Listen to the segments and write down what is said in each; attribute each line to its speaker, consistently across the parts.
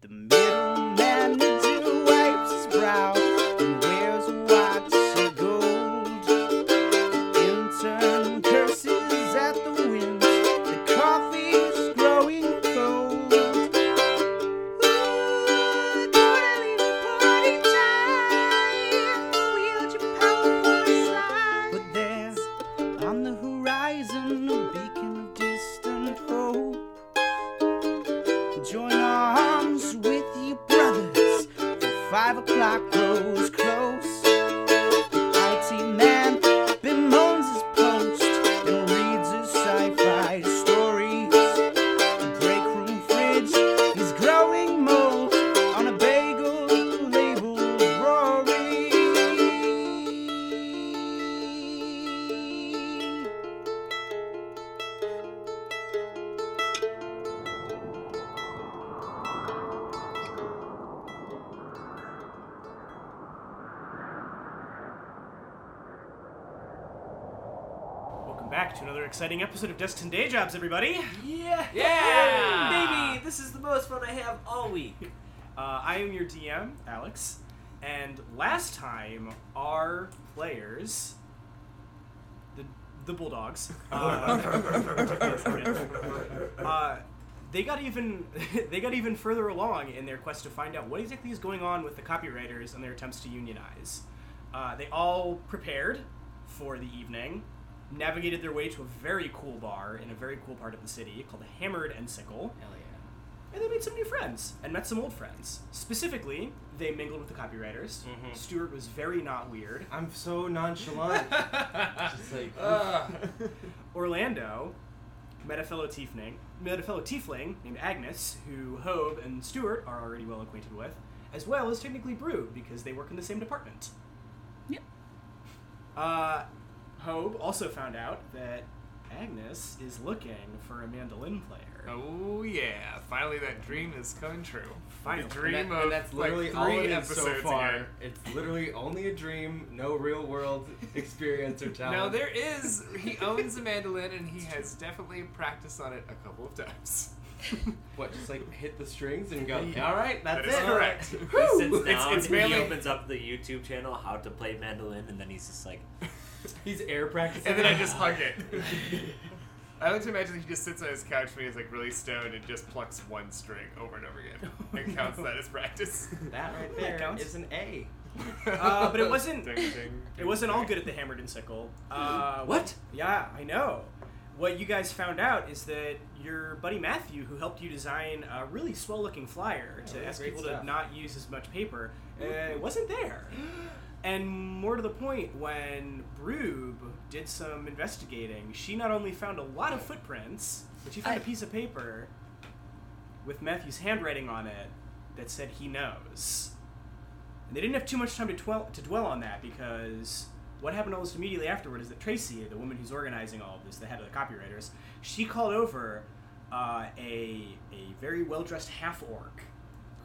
Speaker 1: The middleman needs to wipe his brow and wears a watch of gold. Intern curses at the wind. The coffee's growing cold. Ooh, totally party time. Wield your power for a slide. But there's on the horizon a beacon of distant hope. Join arms with your brothers. For five o'clock grows close. IT man bemoans his post and reads his sci-fi stories. The break room fridge is growing mold on a bagel labeled Rory.
Speaker 2: Welcome back to another exciting episode of Destined Day Jobs, everybody.
Speaker 3: Yeah!
Speaker 2: Yeah!
Speaker 3: Baby, this is the most fun I have all week.
Speaker 2: Uh, I am your DM, Alex, and last time our players, the the Bulldogs, uh, uh, they got even they got even further along in their quest to find out what exactly is going on with the copywriters and their attempts to unionize. Uh, they all prepared for the evening, navigated their way to a very cool bar in a very cool part of the city called Hammered and Sickle.
Speaker 3: Hell
Speaker 2: And they made some new friends and met some old friends. Specifically, they mingled with the copywriters.
Speaker 4: Mhm.
Speaker 2: Stuart was very not weird.
Speaker 4: I'm so nonchalant. Just like,
Speaker 2: Orlando met a fellow tiefling, met a fellow tiefling named Agnes, who Hove and Stuart are already well acquainted with, as well as technically Brew because they work in the same department.
Speaker 1: Yep.
Speaker 2: Uh, Hobe also found out that Agnes is looking for a mandolin player.
Speaker 4: oh yeah! Finally, that dream is coming true.
Speaker 2: Finally.
Speaker 4: the dream
Speaker 5: and, that-
Speaker 4: of
Speaker 5: and that's literally
Speaker 4: like,
Speaker 5: all
Speaker 4: three
Speaker 5: it is so
Speaker 4: episodes
Speaker 5: far.
Speaker 4: ago.
Speaker 5: It's literally only a dream, no real world experience or talent.
Speaker 4: Now there is. He owns a mandolin, and he has definitely practiced on it a couple of times.
Speaker 5: what just like hit the strings and go.
Speaker 4: Yeah.
Speaker 5: All right, that's
Speaker 4: That is
Speaker 5: it.
Speaker 4: correct.
Speaker 6: He sits
Speaker 4: It's-
Speaker 6: down
Speaker 4: it's
Speaker 6: and
Speaker 4: mainly-
Speaker 6: he opens up the YouTube channel how to play mandolin, and then he's just like,
Speaker 5: He's air practicing.
Speaker 4: and then I just hug it. I like to imagine that he just sits on his couch when he's like really stoned and just plucks one string over and over again and counts that as practice.
Speaker 5: that right
Speaker 2: That
Speaker 5: there
Speaker 2: counts.
Speaker 5: is an A.
Speaker 2: Uh, but it wasn't-
Speaker 4: Ding, ding,
Speaker 2: It wasn't all
Speaker 4: ding.
Speaker 2: good at the Hammered and Sickle. Uh,
Speaker 6: What?
Speaker 2: Yeah, I know. What you guys found out is that your buddy Matthew, who helped you design a really swell looking flyer
Speaker 5: Yeah,
Speaker 2: to ask
Speaker 5: great
Speaker 2: people
Speaker 5: stuff.
Speaker 2: to not use as much paper, uh, it wasn't there. And more to the point, when Broob did some investigating, she not only found a lot of footprints, but she found a
Speaker 1: I-
Speaker 2: piece of paper with Matthew's handwriting on it that said he knows. And they didn't have too much time to dwell, to dwell on that because what happened almost immediately afterward is that Tracy, the woman who's organizing all of this, the head of the copywriters, she called over uh, a, a very well dressed half orc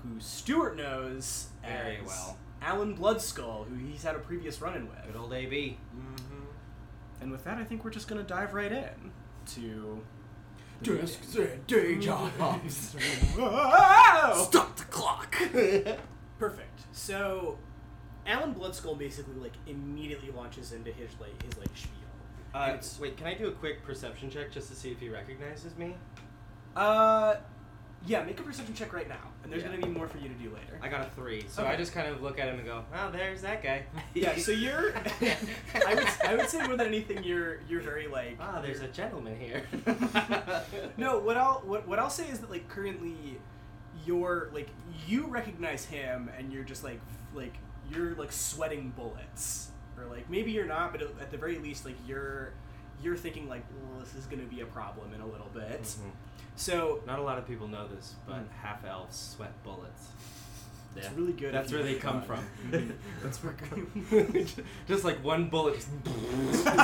Speaker 2: who Stuart knows
Speaker 5: Very
Speaker 2: as
Speaker 5: well.
Speaker 2: Alan Bloodskull, who he's had a previous run in with.
Speaker 5: Good old AB.
Speaker 2: And with that, I think we're just going to dive right in to.
Speaker 5: Desks and day jobs.
Speaker 2: Whoa!
Speaker 6: "Stop the clock."
Speaker 2: Perfect. So, Alan Bloodskull basically like immediately launches into his like his like spiel. And
Speaker 5: Uh,
Speaker 2: it's-
Speaker 5: wait, can I do a quick perception check just to see if he recognizes me?
Speaker 2: uh, yeah, make a perception check right now, and there's
Speaker 5: Yeah.
Speaker 2: gonna be more for you to do later.
Speaker 5: I got a three, so
Speaker 2: Okay.
Speaker 5: I just kind of look at him and go, "Oh, there's that guy."
Speaker 2: yeah, so you're. I would I would say more than anything, you're you're very like.
Speaker 5: Ah, there's a gentleman here.
Speaker 2: No, what I'll what, what I'll say is that like currently, you're like you recognize him, and you're just like f- like you're like sweating bullets, or like maybe you're not, but at the very least, like you're you're thinking like well, this is gonna be a problem in a little bit. So
Speaker 5: Mm-hmm. Not a lot of people know this, but
Speaker 2: Mm.
Speaker 5: half elves sweat bullets.
Speaker 6: Yeah.
Speaker 2: it's really Um, good. Mm-hmm. if
Speaker 5: That's
Speaker 2: you
Speaker 5: where they
Speaker 2: work
Speaker 5: come
Speaker 2: on-
Speaker 5: from.
Speaker 2: That's where.
Speaker 5: just like one bullet. Just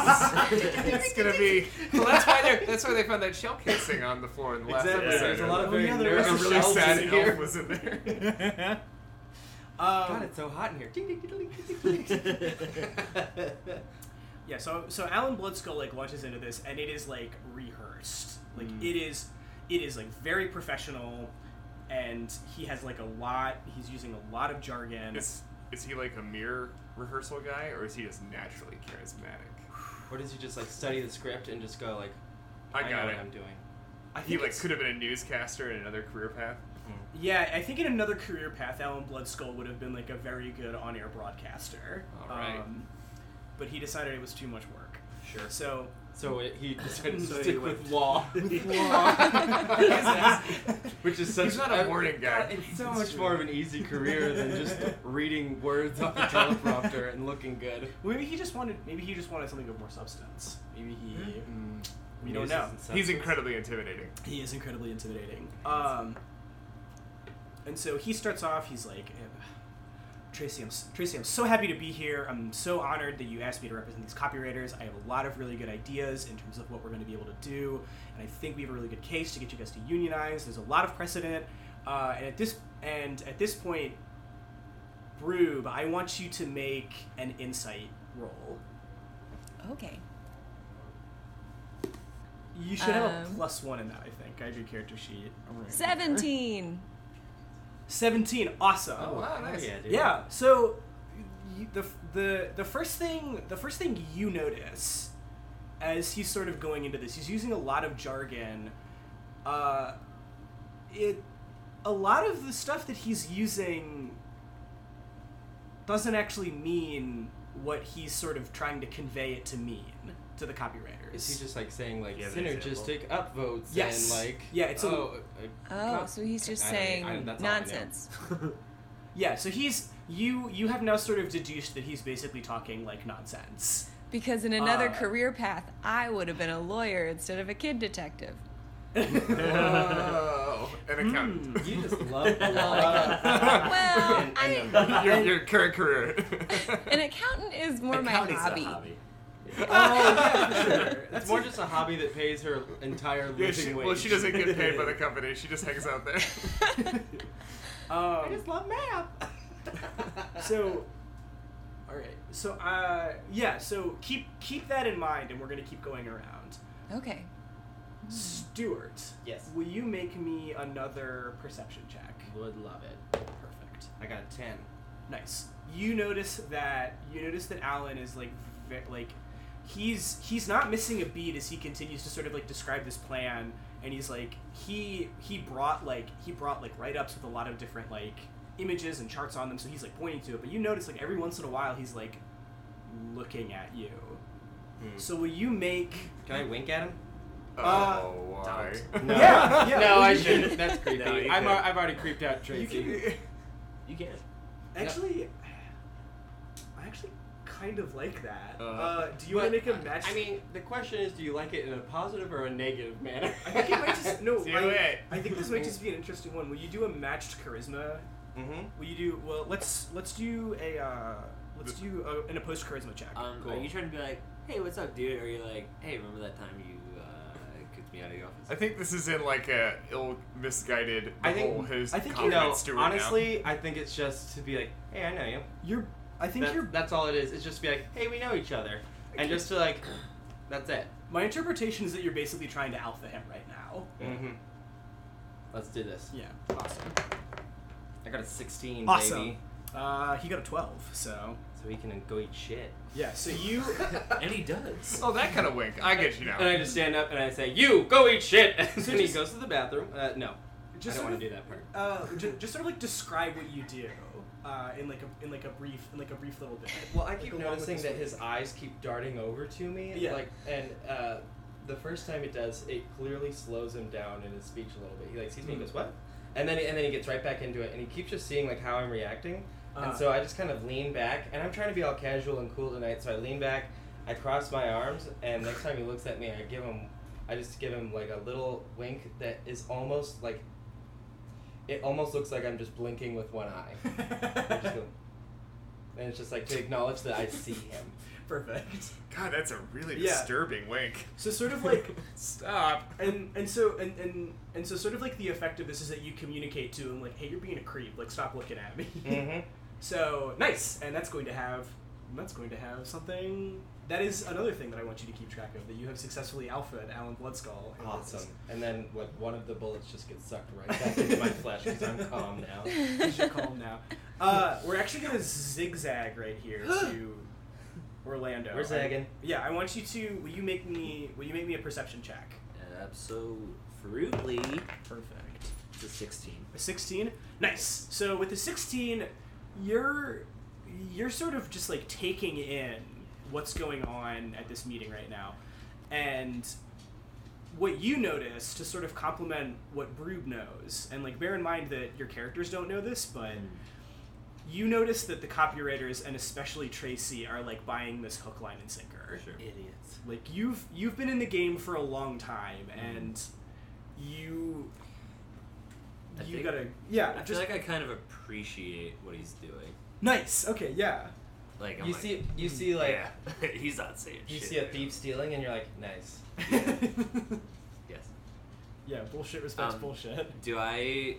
Speaker 4: it's gonna be. Well, that's why they are that's why they found that shell casing on the floor in the last
Speaker 5: Exactly.
Speaker 4: episode.
Speaker 5: There's a lot of
Speaker 2: Oh,
Speaker 5: very
Speaker 2: yeah, there
Speaker 4: There's
Speaker 5: nervous
Speaker 4: a
Speaker 2: was
Speaker 4: really
Speaker 5: elves
Speaker 4: sad
Speaker 5: in
Speaker 4: elf
Speaker 5: here.
Speaker 4: was in there.
Speaker 5: God,
Speaker 2: um,
Speaker 5: it's so hot in here. Ding, ding, ding, ding, ding, ding.
Speaker 2: yeah, so so Alan Bloodskull like launches into this, and it is like rehearsed. Like
Speaker 5: Mm.
Speaker 2: it is, it is like very professional. and he has like a lot. He's using a lot of jargon.
Speaker 4: Is, is he like a mere rehearsal guy, or is he just naturally charismatic?
Speaker 5: Or does he just like study the script and just go like,
Speaker 4: I
Speaker 5: know
Speaker 4: got
Speaker 5: what
Speaker 4: it.
Speaker 5: I'm doing.
Speaker 2: I
Speaker 4: He
Speaker 2: think
Speaker 4: like
Speaker 2: it's-
Speaker 4: could have been a newscaster in another career path.
Speaker 2: Yeah, I think in another career path, Alan Bloodskull would have been like a very good on-air broadcaster.
Speaker 4: All right.
Speaker 2: Um, but he decided it was too much work.
Speaker 5: Sure.
Speaker 2: So
Speaker 5: So it, he decided to
Speaker 2: So he
Speaker 5: stick
Speaker 6: went-
Speaker 5: with law. Which is such
Speaker 4: He's not a
Speaker 5: I-
Speaker 4: morning guy.
Speaker 5: God, It's so much more of an easy career than just reading words off the teleprompter and looking good.
Speaker 2: maybe he just wanted maybe he just wanted something of more substance. Maybe
Speaker 5: Hmm?
Speaker 2: he
Speaker 5: Mm,
Speaker 2: we don't
Speaker 5: Uses
Speaker 2: know.
Speaker 5: and
Speaker 4: He's
Speaker 5: substance.
Speaker 4: incredibly intimidating.
Speaker 2: He is incredibly intimidating. Um, and so he starts off. He's like, eh, Tracy, I'm s- Tracy, I'm so happy to be here. I'm so honored that you asked me to represent these copywriters. I have a lot of really good ideas in terms of what we're going to be able to do, and I think we have a really good case to get you guys to unionize. There's a lot of precedent, uh, and at this and at this point, Broob, I want you to make an insight roll.
Speaker 7: Okay.
Speaker 2: You should have a
Speaker 7: Um,
Speaker 2: plus one in that. I think I have your character sheet.
Speaker 7: Seventeen.
Speaker 2: Seventeen. Awesome.
Speaker 5: Oh,
Speaker 4: wow,
Speaker 5: hell
Speaker 4: nice.
Speaker 5: Yeah, dude.
Speaker 2: Yeah. So you, the the the first thing the first thing you notice as he's sort of going into this, he's using a lot of jargon. Uh, it a lot of the stuff that he's using doesn't actually mean what he's sort of trying to convey it to mean to the copywriters.
Speaker 5: Is he just like saying like
Speaker 6: Do you have an
Speaker 5: synergistic upvotes
Speaker 2: Yes.
Speaker 5: and like
Speaker 2: Yeah, it's a-
Speaker 5: oh, a-
Speaker 7: Oh,
Speaker 5: co-
Speaker 7: so he's just
Speaker 5: I don't
Speaker 7: saying
Speaker 5: even- I- that's all I know.
Speaker 7: nonsense.
Speaker 2: yeah. So he's you you have now sort of deduced that he's basically talking like nonsense.
Speaker 7: Because in another
Speaker 2: Uh,
Speaker 7: career path, I would have been a lawyer instead of a kid detective.
Speaker 5: Oh,
Speaker 4: Whoa. An accountant.
Speaker 2: Hmm.
Speaker 5: You just love the law.
Speaker 7: Well,
Speaker 5: And-
Speaker 7: I-
Speaker 5: and the-
Speaker 4: your, your current career.
Speaker 7: An accountant is more
Speaker 6: Accounting's
Speaker 7: my
Speaker 6: a
Speaker 7: hobby.
Speaker 5: Oh, yeah, for sure. It's more just a hobby that pays her entire living
Speaker 4: yeah, she,
Speaker 5: wage.
Speaker 4: well, she doesn't get paid by the company. She just hangs out there.
Speaker 2: Um,
Speaker 5: love math.
Speaker 2: so all right so uh yeah so keep keep that in mind and we're gonna keep going around
Speaker 7: Okay.
Speaker 2: stuart
Speaker 5: Mm-hmm. Yes.
Speaker 2: will you make me another perception check
Speaker 5: would love it.
Speaker 2: perfect
Speaker 5: I got a ten.
Speaker 2: nice you notice that you notice that alan is like ve- like he's he's not missing a beat as he continues to sort of like describe this plan and he's like he he brought like he brought like write-ups with a lot of different like images and charts on them so he's like pointing to it but you notice like every once in a while he's like looking at you
Speaker 5: Hmm.
Speaker 2: so will you make
Speaker 5: Can I wink at him?
Speaker 2: Uh,
Speaker 4: oh, why?
Speaker 5: No.
Speaker 2: Yeah, yeah.
Speaker 5: no, I shouldn't. That's creepy.
Speaker 6: No, you
Speaker 5: I'm,
Speaker 6: can't.
Speaker 5: al- I've already creeped out Tracy.
Speaker 6: You can.
Speaker 2: actually i actually kind of like that uh,
Speaker 4: Uh,
Speaker 2: do you want to
Speaker 5: But,
Speaker 2: make a
Speaker 5: I-
Speaker 2: match
Speaker 5: I mean, the question is, do you like it in a positive or a negative manner?
Speaker 2: I think it might just no.
Speaker 4: Do
Speaker 2: I,
Speaker 4: it.
Speaker 2: I think this might just be an interesting one. Will you do a matched charisma?
Speaker 5: Mm-hmm.
Speaker 6: Um,
Speaker 2: Will you do well? Let's let's do a uh, let's do a, an opposed charisma check.
Speaker 6: Um, Are
Speaker 5: Cool.
Speaker 6: you trying to be like, hey, what's up, dude? Or are you like, hey, remember that time you uh, kicked me out of your office?
Speaker 4: I think this is in like a ill, misguided. The
Speaker 5: I think-
Speaker 4: whole his
Speaker 2: I think you
Speaker 5: You know,
Speaker 4: confidence steward now.
Speaker 5: honestly, I think it's just to be like, hey, I know you.
Speaker 2: you're. I think
Speaker 5: that's,
Speaker 2: you're.
Speaker 5: that's all it is. It's just to be like, hey, we know each other, and just to like, that's it.
Speaker 2: My interpretation is that you're basically trying to alpha him right now.
Speaker 5: Mm-hmm. Let's do this.
Speaker 2: Yeah. Awesome.
Speaker 5: I got a 16,
Speaker 2: Awesome.
Speaker 5: baby,
Speaker 2: Uh, he got a twelve. So
Speaker 5: so we can go eat shit.
Speaker 2: yeah. So you.
Speaker 6: And he does.
Speaker 4: Oh, that kind of wink. I get you now.
Speaker 5: And I just stand up and I say, you go eat shit. And
Speaker 2: So
Speaker 5: then he
Speaker 2: just-
Speaker 5: goes to the bathroom. Uh, no,
Speaker 2: Just sort
Speaker 5: I don't
Speaker 2: of-
Speaker 5: want to do that part.
Speaker 2: Uh, ju- just sort of like describe what you do. Uh, in like a in like a brief in like a brief little bit.
Speaker 5: Well, I
Speaker 2: Like,
Speaker 5: keep
Speaker 2: along with
Speaker 5: noticing
Speaker 2: this
Speaker 5: that
Speaker 2: one.
Speaker 5: his eyes keep darting over to me.
Speaker 2: Yeah.
Speaker 5: Like, and uh, the first time it does, it clearly slows him down in his speech a little bit. He like sees
Speaker 2: Hmm.
Speaker 5: me and goes, "What?" And then and then he gets right back into it, and he keeps just seeing like how I'm reacting.
Speaker 2: Uh.
Speaker 5: And so I just kind of lean back, and I'm trying to be all casual and cool tonight. So I lean back, I cross my arms, and next time he looks at me, I give him, I just give him like a little wink that is almost like, it almost looks like I'm just blinking with one eye. I just go, and it's just like to acknowledge that I see him.
Speaker 2: Perfect.
Speaker 4: God, that's a really
Speaker 2: Yeah.
Speaker 4: disturbing wink.
Speaker 2: So sort of like
Speaker 4: Stop.
Speaker 2: and and so and, and and so sort of like the effect of this is that you communicate to
Speaker 5: Mm.
Speaker 2: him like hey you're being a creep like stop looking at me
Speaker 5: Mm-hmm.
Speaker 2: so nice and that's going to have And that's going to have something. That is another thing that I want you to keep track of that you have successfully alphaed Alan Bloodskull. and
Speaker 5: Awesome.
Speaker 2: it's-
Speaker 5: And then like one of the bullets just gets sucked right back into my flesh because I'm calm now.
Speaker 2: You should calm now. Uh, we're actually going to zigzag right here to Orlando.
Speaker 5: We're zagging.
Speaker 2: Yeah, I want you to. Will you make me? Will you make me a perception check?
Speaker 6: Absolutely.
Speaker 2: Perfect.
Speaker 6: It's a 16.
Speaker 2: A 16 nice so with the 16 you're you're sort of just like taking in what's going on at this meeting right now and what you notice to sort of complement what Broob knows and like bear in mind that your characters don't know this but you notice that the copywriters and especially Tracy are like buying this hook line and sinker
Speaker 5: Sure.
Speaker 6: Idiots.
Speaker 2: like you've you've been in the game for a long time
Speaker 6: Mm-hmm.
Speaker 2: and you
Speaker 6: I
Speaker 2: you
Speaker 6: think-
Speaker 2: gotta yeah
Speaker 6: I feel
Speaker 2: just
Speaker 6: like I kind of appreciate what he's doing.
Speaker 2: nice okay yeah
Speaker 4: Oh
Speaker 6: Like I'm
Speaker 5: You
Speaker 6: like,
Speaker 5: see, you see, like
Speaker 6: yeah, he's not saying
Speaker 5: you
Speaker 6: shit.
Speaker 5: see a thief stealing, and you're like, nice.
Speaker 6: Yes.
Speaker 2: yeah bullshit respects
Speaker 6: Um,
Speaker 2: bullshit
Speaker 6: Do I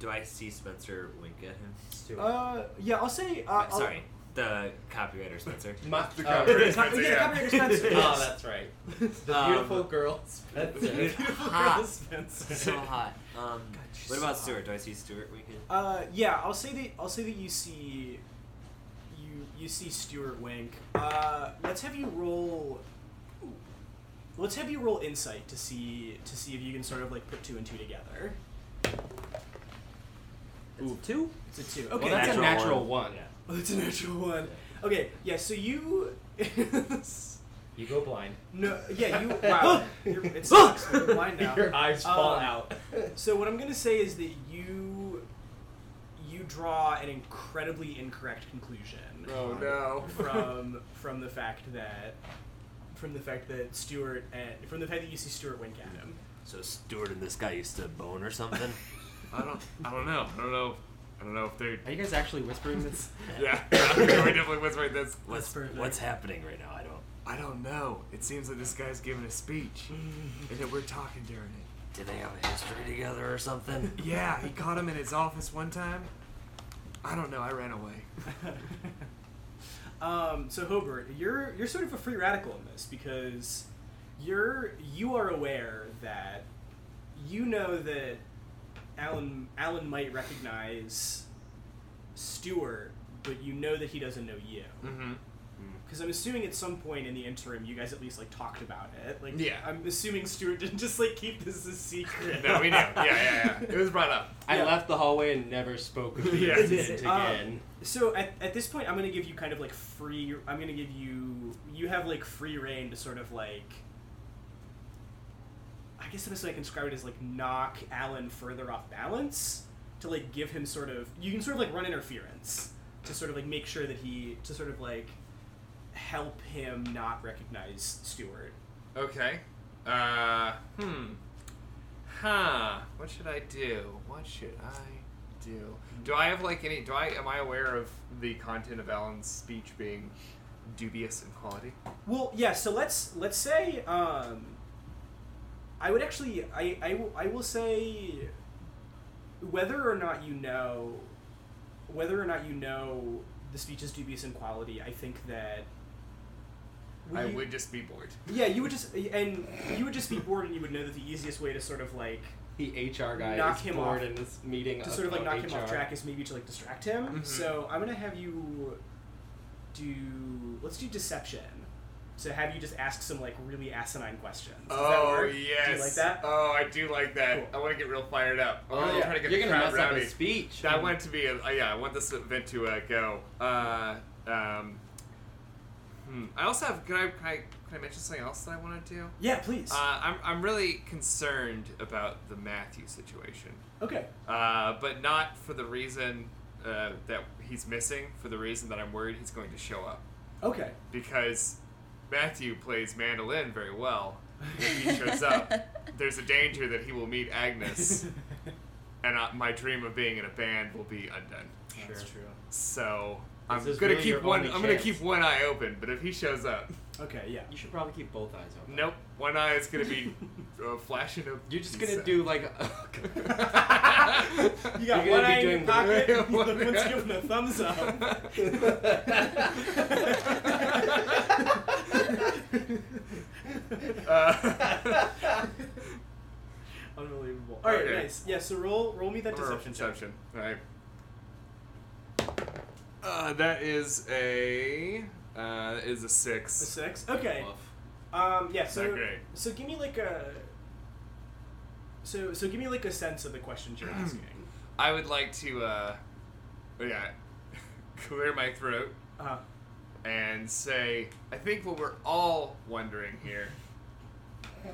Speaker 6: do I see Spencer wink at him?
Speaker 5: Stuart.
Speaker 2: uh yeah I'll say uh, I'll-
Speaker 6: Sorry, the copywriter Spencer. Um,
Speaker 5: My-
Speaker 4: The
Speaker 6: Uh,
Speaker 5: oh,
Speaker 4: copywriter
Speaker 5: right.
Speaker 4: Spencer,
Speaker 2: yeah,
Speaker 4: yeah.
Speaker 2: copywriter Spencer,
Speaker 5: oh,
Speaker 2: yes.
Speaker 5: that's right. The
Speaker 6: Um,
Speaker 5: beautiful girl Spencer.
Speaker 6: Beautiful girl
Speaker 2: Hot.
Speaker 6: Spencer. so hot. Um,
Speaker 2: God, she's
Speaker 6: what about
Speaker 2: so
Speaker 6: Stuart?
Speaker 2: hot.
Speaker 6: Do I see Stuart winking?
Speaker 2: uh yeah I'll say that I'll say that you see you you see Stuart wink uh let's have you roll ooh. let's have you roll insight to see to see if you can sort of like put two and two together
Speaker 6: Ooh, two.
Speaker 2: it's a two okay
Speaker 6: Well,
Speaker 2: that's
Speaker 6: that's
Speaker 2: a
Speaker 6: a natural
Speaker 4: one.
Speaker 2: Oh, it's a natural one. Okay, yeah. So you,
Speaker 5: You go blind.
Speaker 2: no, yeah, you. Wow, you're, it sucks. but You're blind now.
Speaker 5: Your eyes fall
Speaker 2: Um,
Speaker 5: out.
Speaker 2: So what I'm gonna say is that you, you draw an incredibly incorrect conclusion
Speaker 4: Oh no.
Speaker 2: from from the fact that from the fact that Stuart and from the fact that you see Stuart wink at him.
Speaker 6: So Stuart and this guy used to bone or something.
Speaker 4: I don't. I don't know. I don't know. I don't know if they're.
Speaker 5: Are you guys actually whispering this?
Speaker 4: Yeah. we're definitely whispering this.
Speaker 6: what's
Speaker 2: perfect.
Speaker 6: what's happening right now? I don't.
Speaker 4: I don't know. It seems that this guy's giving a speech, and that we're talking during it.
Speaker 6: Do they have a history together or something?
Speaker 4: Yeah, he caught him in his office one time. I don't know. I ran away.
Speaker 2: um, so Hobart, you're you're sort of a free radical in this because you're you are aware that you know that Alan Alan might recognize Stewart, but you know that he doesn't know you.
Speaker 4: Mm-hmm.
Speaker 2: Because I'm assuming at some point in the interim, you guys at least like talked about it. Like,
Speaker 4: Yeah.
Speaker 2: I'm assuming Stewart didn't just like keep this a secret.
Speaker 4: No, we knew. Yeah, yeah, yeah. It was brought up.
Speaker 5: I
Speaker 2: Yeah.
Speaker 5: left the hallway and never spoke of the
Speaker 4: Yeah.
Speaker 5: incident
Speaker 2: Um,
Speaker 5: again.
Speaker 2: So at, at this point, I'm gonna give you kind of like free. I'm gonna give you. You have like free reign to sort of like. I guess the best way I can describe it is like knock Alan further off balance to like give him sort of. You can sort of like run interference to sort of like make sure that he to sort of like help him not recognize Stewart.
Speaker 4: Okay. Uh, hmm. Huh. What should I do? What should I do? Do I have like any? Do I? Am I aware of the content of Alan's speech being dubious in quality?
Speaker 2: Well, yeah. So let's let's say um, I would actually I, I will- I will say whether or not you know whether or not you know the speech is dubious in quality. I think that
Speaker 4: I
Speaker 2: you-
Speaker 4: would just be bored.
Speaker 2: Yeah, you would just and you would just be bored, and you would know that the easiest way to sort of like
Speaker 5: The HR guy
Speaker 2: knock
Speaker 5: is
Speaker 2: him
Speaker 5: bored
Speaker 2: off-
Speaker 5: in this meeting.
Speaker 2: to sort of like knock
Speaker 5: about
Speaker 2: him off
Speaker 5: HR.
Speaker 2: track is maybe to like distract him.
Speaker 4: Mhm.
Speaker 2: So I'm gonna have you do let's do deception. So have you just ask some like really asinine questions? Does that
Speaker 4: Oh
Speaker 2: work?
Speaker 4: yes.
Speaker 2: Do you like that?
Speaker 4: Oh, I do like that.
Speaker 2: Cool.
Speaker 4: I want to get real fired up. I want
Speaker 5: Oh,
Speaker 4: to try to get
Speaker 5: You're
Speaker 4: the
Speaker 5: gonna
Speaker 4: crowd
Speaker 5: mess up
Speaker 4: rowdy.
Speaker 5: his speech.
Speaker 4: I want it to be. A, uh, yeah, I want this event to uh, go. Uh, um, hmm. I also have. Can I, can I? Can I mention something else that I want to do?
Speaker 2: yeah, please.
Speaker 4: Uh, I'm, I'm really concerned about the Matthew situation,
Speaker 2: okay.
Speaker 4: uh, but not for the reason uh, that he's missing, for the reason that I'm worried he's going to show up.
Speaker 2: Okay.
Speaker 4: Because Matthew plays mandolin very well. If he shows up, there's a danger that he will meet Agnes, and uh, my dream of being in a band will be undone.
Speaker 2: That's true.
Speaker 4: So I'm
Speaker 5: This is
Speaker 4: gonna
Speaker 5: really your
Speaker 4: keep one.
Speaker 5: only
Speaker 4: I'm gonna
Speaker 5: chance.
Speaker 4: keep one eye open, but if he shows up,
Speaker 2: Okay, yeah.
Speaker 5: You should probably keep both eyes open.
Speaker 4: nope, one eye is gonna be uh, flashing. A
Speaker 5: You're just gonna
Speaker 4: pizza.
Speaker 5: do like.
Speaker 2: You got
Speaker 5: You're
Speaker 2: one
Speaker 5: gonna be
Speaker 2: eye in your
Speaker 5: doing-
Speaker 2: pocket, and you
Speaker 4: One
Speaker 2: look one's
Speaker 4: eye.
Speaker 2: giving a thumbs up.
Speaker 4: Uh,
Speaker 2: Unbelievable. Alright,
Speaker 4: Okay.
Speaker 2: nice. Yeah, so roll roll me that
Speaker 4: or
Speaker 2: deception check.
Speaker 4: perception. All right. Uh, that is a uh, that is a six.
Speaker 2: A six? Okay. Um, yeah, so
Speaker 4: Not great.
Speaker 2: so give me like a so so give me like a sense of the questions you're asking.
Speaker 4: I would like to, uh, yeah, clear my throat
Speaker 2: Uh,
Speaker 4: and say, I think what we're all wondering here.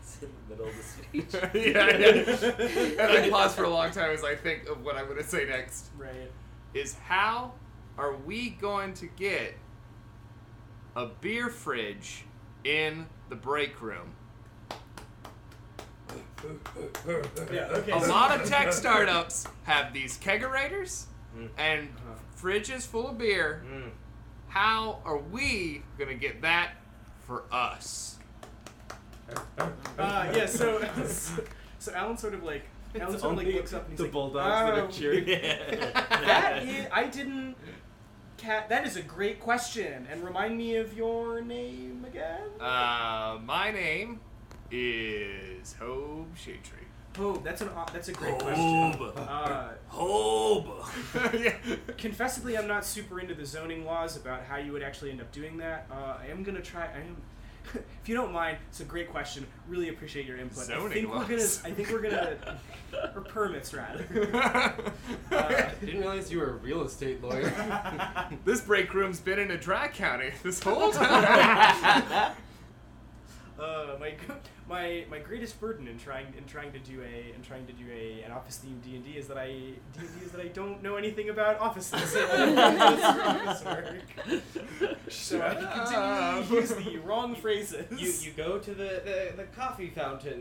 Speaker 6: It's in the middle of the speech.
Speaker 4: yeah, yeah. And I paused for a long time as I think of what I'm going to say next.
Speaker 2: right.
Speaker 4: Is how are we going to get a beer fridge in the break room?
Speaker 2: Yeah. Okay.
Speaker 4: A
Speaker 2: so-
Speaker 4: lot of tech startups have these keggerators and fridges full of beer.
Speaker 5: Mm.
Speaker 4: How are we gonna get that for us?
Speaker 2: Uh, yeah. So, so Alan sort of like Alan sort of like
Speaker 8: only
Speaker 2: looks up and he's
Speaker 8: the
Speaker 2: like,
Speaker 8: bulldogs that are
Speaker 2: "Oh,
Speaker 8: cheering."
Speaker 2: That is, I didn't. Cat, that is a great question. And remind me of your name again.
Speaker 4: Uh, my name is Hobe Shadetree.
Speaker 2: Oh, that's an aw- that's a great question. Uh,
Speaker 4: yeah.
Speaker 2: confessedly, I'm not super into the zoning laws about how you would actually end up doing that. Uh, I am gonna try. I am. If you don't mind, it's a great question. Really appreciate your input. I
Speaker 4: Zoning
Speaker 2: think we're
Speaker 4: laws.
Speaker 2: gonna. I think we're gonna. or permits rather.
Speaker 5: I didn't realize you were a real estate lawyer.
Speaker 4: this break room's been in a dry county this whole time.
Speaker 2: Uh, my my my greatest burden in trying in trying to do a in trying to do a an office themed D and D is that I D and D is that I don't know anything about offices. Office work. so I can continue to use the wrong phrases.
Speaker 5: you you go to the, the, the coffee fountain.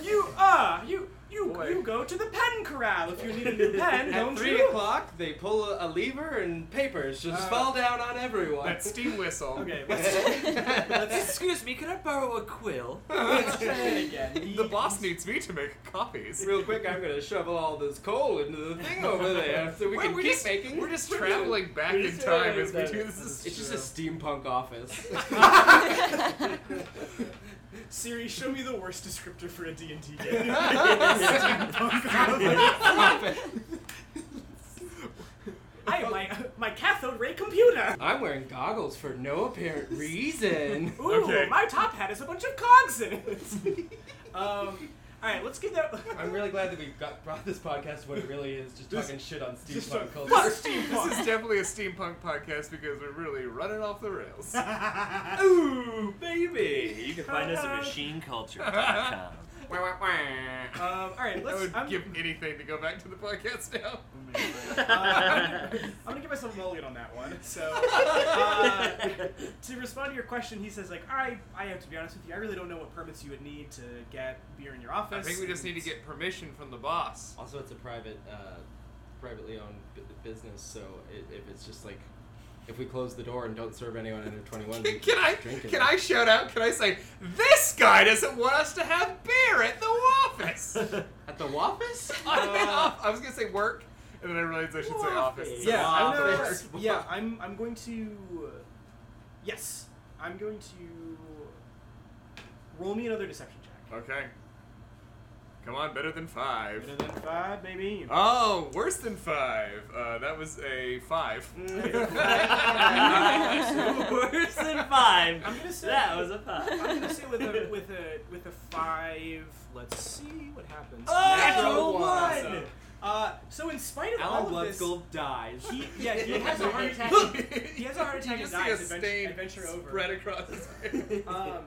Speaker 2: you are you you
Speaker 4: Boy.
Speaker 2: you go to the pen corral if you need a new pen,
Speaker 5: At
Speaker 2: don't
Speaker 5: three
Speaker 2: you?
Speaker 5: o'clock, they pull a, a lever and papers just
Speaker 2: Uh,
Speaker 5: fall down on everyone.
Speaker 4: that steam whistle.
Speaker 2: Okay, let's, let's
Speaker 6: Excuse me, can I borrow a quill?
Speaker 2: let's try that again.
Speaker 4: The boss needs me to make copies.
Speaker 5: Real quick, I'm gonna shovel all this coal into the thing over there so we
Speaker 4: Wait,
Speaker 5: can
Speaker 4: we're
Speaker 5: keep
Speaker 4: just-
Speaker 5: making.
Speaker 4: We're just traveling back in time as we do this.
Speaker 5: It's just a steampunk office.
Speaker 2: Siri, show me the worst descriptor for a D and D game. I have my my cathode ray computer.
Speaker 5: I'm wearing goggles for no apparent reason.
Speaker 2: Ooh,
Speaker 4: Okay.
Speaker 2: my top hat has a bunch of cogs in it. um, all right, let's give that.
Speaker 5: I'm really glad that we got brought this podcast to what it really is, just
Speaker 2: This-
Speaker 5: talking shit on
Speaker 2: just talk-
Speaker 5: steampunk
Speaker 2: fuck
Speaker 5: culture.
Speaker 2: steampunk.
Speaker 4: This is definitely a steampunk podcast because we're really running off the rails.
Speaker 6: Ooh, baby! You can find us
Speaker 2: Uh,
Speaker 6: at machineculture.com.
Speaker 2: um, all right,
Speaker 4: I
Speaker 2: let's.
Speaker 4: would
Speaker 2: I'm,
Speaker 4: give anything to go back to the podcast now.
Speaker 2: uh, I'm, gonna- I'm gonna give myself a mulligan on that one. So, uh, to respond to your question, he says like, I I have to be honest with you, I really don't know what permits you would need to get beer in your
Speaker 4: I
Speaker 2: office.
Speaker 4: think we just need
Speaker 2: and-
Speaker 4: to get permission from the boss.
Speaker 5: Also, it's a private, uh, privately owned b- business, so i if it's just like, if we close the door and don't serve anyone under 21, we
Speaker 4: Can I
Speaker 5: drink it.
Speaker 4: can I shout out? Can I say this guy doesn't want us to have beer at the office?
Speaker 5: At the office?
Speaker 4: I, I was gonna say work, and then I realized I should say office.
Speaker 6: Office.
Speaker 2: Yeah, I'm,
Speaker 6: Wow,
Speaker 2: uh,
Speaker 4: Office.
Speaker 2: yeah, I'm. I'm going to. uh, Yes, I'm going to. Roll me another deception check.
Speaker 4: Okay. Come on, better than five.
Speaker 2: Better than five, maybe.
Speaker 4: Oh, worse than five. Uh, that was a five.
Speaker 6: Worse than five.
Speaker 2: I'm gonna say-
Speaker 6: that was a five.
Speaker 2: I'm gonna say with a with a with a five. Let's see what happens.
Speaker 6: Oh,
Speaker 2: Natural
Speaker 6: one.
Speaker 2: one. Uh, so in spite of
Speaker 6: Alan
Speaker 2: all of this,
Speaker 6: Bloodgold dies.
Speaker 2: he yeah he has a heart attack. He has a heart attack
Speaker 4: You
Speaker 2: and
Speaker 4: just see a
Speaker 2: dies.
Speaker 4: stain
Speaker 2: Adventure, adventure over.
Speaker 4: spread across his face.
Speaker 2: Um,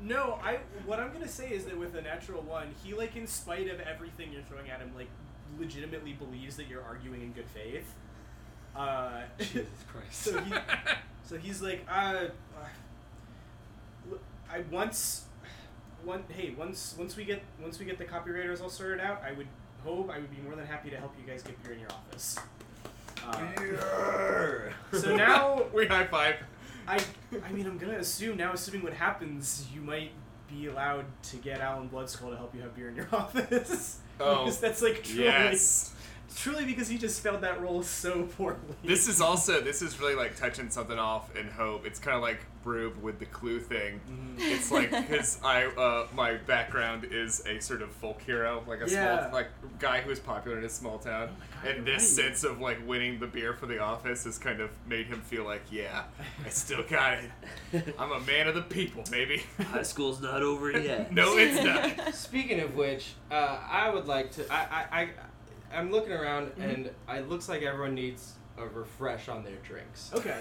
Speaker 2: no, I. What I'm gonna say is that with a natural one, he like, in spite of everything you're throwing at him, like, legitimately believes that you're arguing in good faith. Uh,
Speaker 5: Jesus Christ.
Speaker 2: so he, so he's like, uh, uh, l- I once, one, hey, once, once we get, once we get the copywriters all sorted out, I would hope I would be more than happy to help you guys get beer in your office. Uh, so now
Speaker 4: we high five.
Speaker 2: I I mean I'm gonna assume now assuming what happens you might be allowed to get Alan Bloodskull to help you have beer in your office.
Speaker 4: Oh,
Speaker 2: Because that's like truly,
Speaker 4: Yes.
Speaker 2: truly because he just spelled that role so poorly.
Speaker 4: This is also this is really like touching something off in hope. It's kind of like Broob with the clue thing.
Speaker 2: Mm-hmm.
Speaker 4: It's like because I uh, my background is a sort of folk hero, like a
Speaker 2: Yeah. Oh
Speaker 4: small like guy who is popular in his small town,
Speaker 2: God,
Speaker 4: and
Speaker 2: you're
Speaker 4: this
Speaker 2: right.
Speaker 4: sense of like winning the beer for the office has kind of made him feel like yeah, I still got it. I'm a man of the people, baby.
Speaker 6: High school's not over yet.
Speaker 4: no, it's not.
Speaker 5: Speaking of which, uh, I would like to. I, I, I I'm looking around,
Speaker 2: Mm-hmm.
Speaker 5: and it looks like everyone needs a refresh on their drinks.
Speaker 2: okay.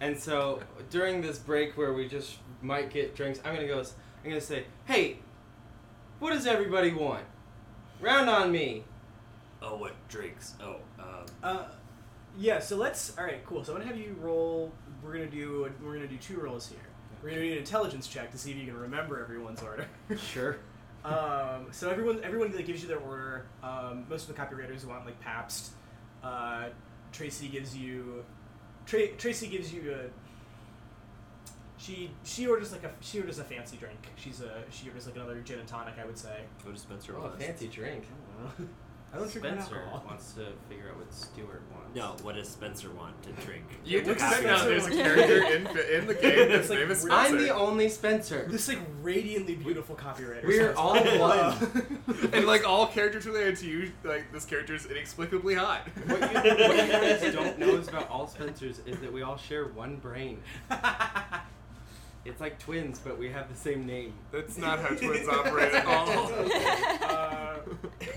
Speaker 5: And so during this break where we just might get drinks, I'm gonna go. s- I'm gonna say, hey, what does everybody want? Round on me.
Speaker 6: Oh, what drinks? Oh, um,
Speaker 2: Uh, yeah. So let's. All right. Cool. So I'm gonna have you roll. We're gonna do. We're gonna do two rolls here. We're gonna do an intelligence check to see if you can remember everyone's order.
Speaker 5: Sure.
Speaker 2: um, so everyone, everyone like, gives you their order. Um, most of the copywriters want like Pabst. Uh, Tracy gives you. Tra- Tracy gives you a. She she orders like a she orders a fancy drink. She's a she orders like another gin and tonic. I would say.
Speaker 6: go to Spencer.
Speaker 5: Oh, a
Speaker 6: wants.
Speaker 5: fancy drink.
Speaker 2: I don't drink
Speaker 8: Spencer
Speaker 2: alcohol.
Speaker 8: wants to figure out what Stewart wants.
Speaker 6: No, what does Spencer want to drink?
Speaker 4: You
Speaker 2: It looks
Speaker 4: expect
Speaker 2: like-
Speaker 4: now there's a character in, in the game that's
Speaker 2: It's like
Speaker 4: name is
Speaker 2: weird.
Speaker 5: I'm
Speaker 4: Spencer.
Speaker 5: the only Spencer.
Speaker 2: This like radiantly beautiful copywriter.
Speaker 5: We're
Speaker 2: sounds
Speaker 5: all
Speaker 2: like.
Speaker 5: one.
Speaker 4: and like all characters related to you, like this character is inexplicably hot.
Speaker 5: What you, what you guys don't know is about all Spencers is that we all share one brain. It's like twins, but we have the same name.
Speaker 4: That's not how twins operate at all.
Speaker 2: uh,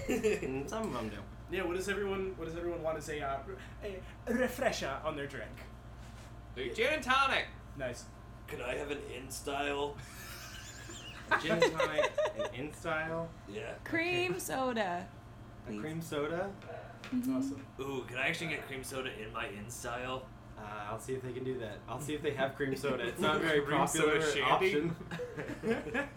Speaker 5: And some of them do.
Speaker 2: yeah. What does everyone? What does everyone want to say? Uh, a refresher on their drink.
Speaker 4: Gin and tonic.
Speaker 2: Nice.
Speaker 6: Can I have an in style?
Speaker 5: Gin and tonic, an in style,
Speaker 6: Yeah.
Speaker 7: Cream soda.
Speaker 5: a cream soda.
Speaker 2: That's awesome.
Speaker 6: Ooh, can I actually get cream soda in my in style?
Speaker 5: Uh, I'll see if they can do that. I'll see if they have cream soda. It's not a very
Speaker 4: Cream
Speaker 5: popular
Speaker 4: soda shandy?
Speaker 5: option.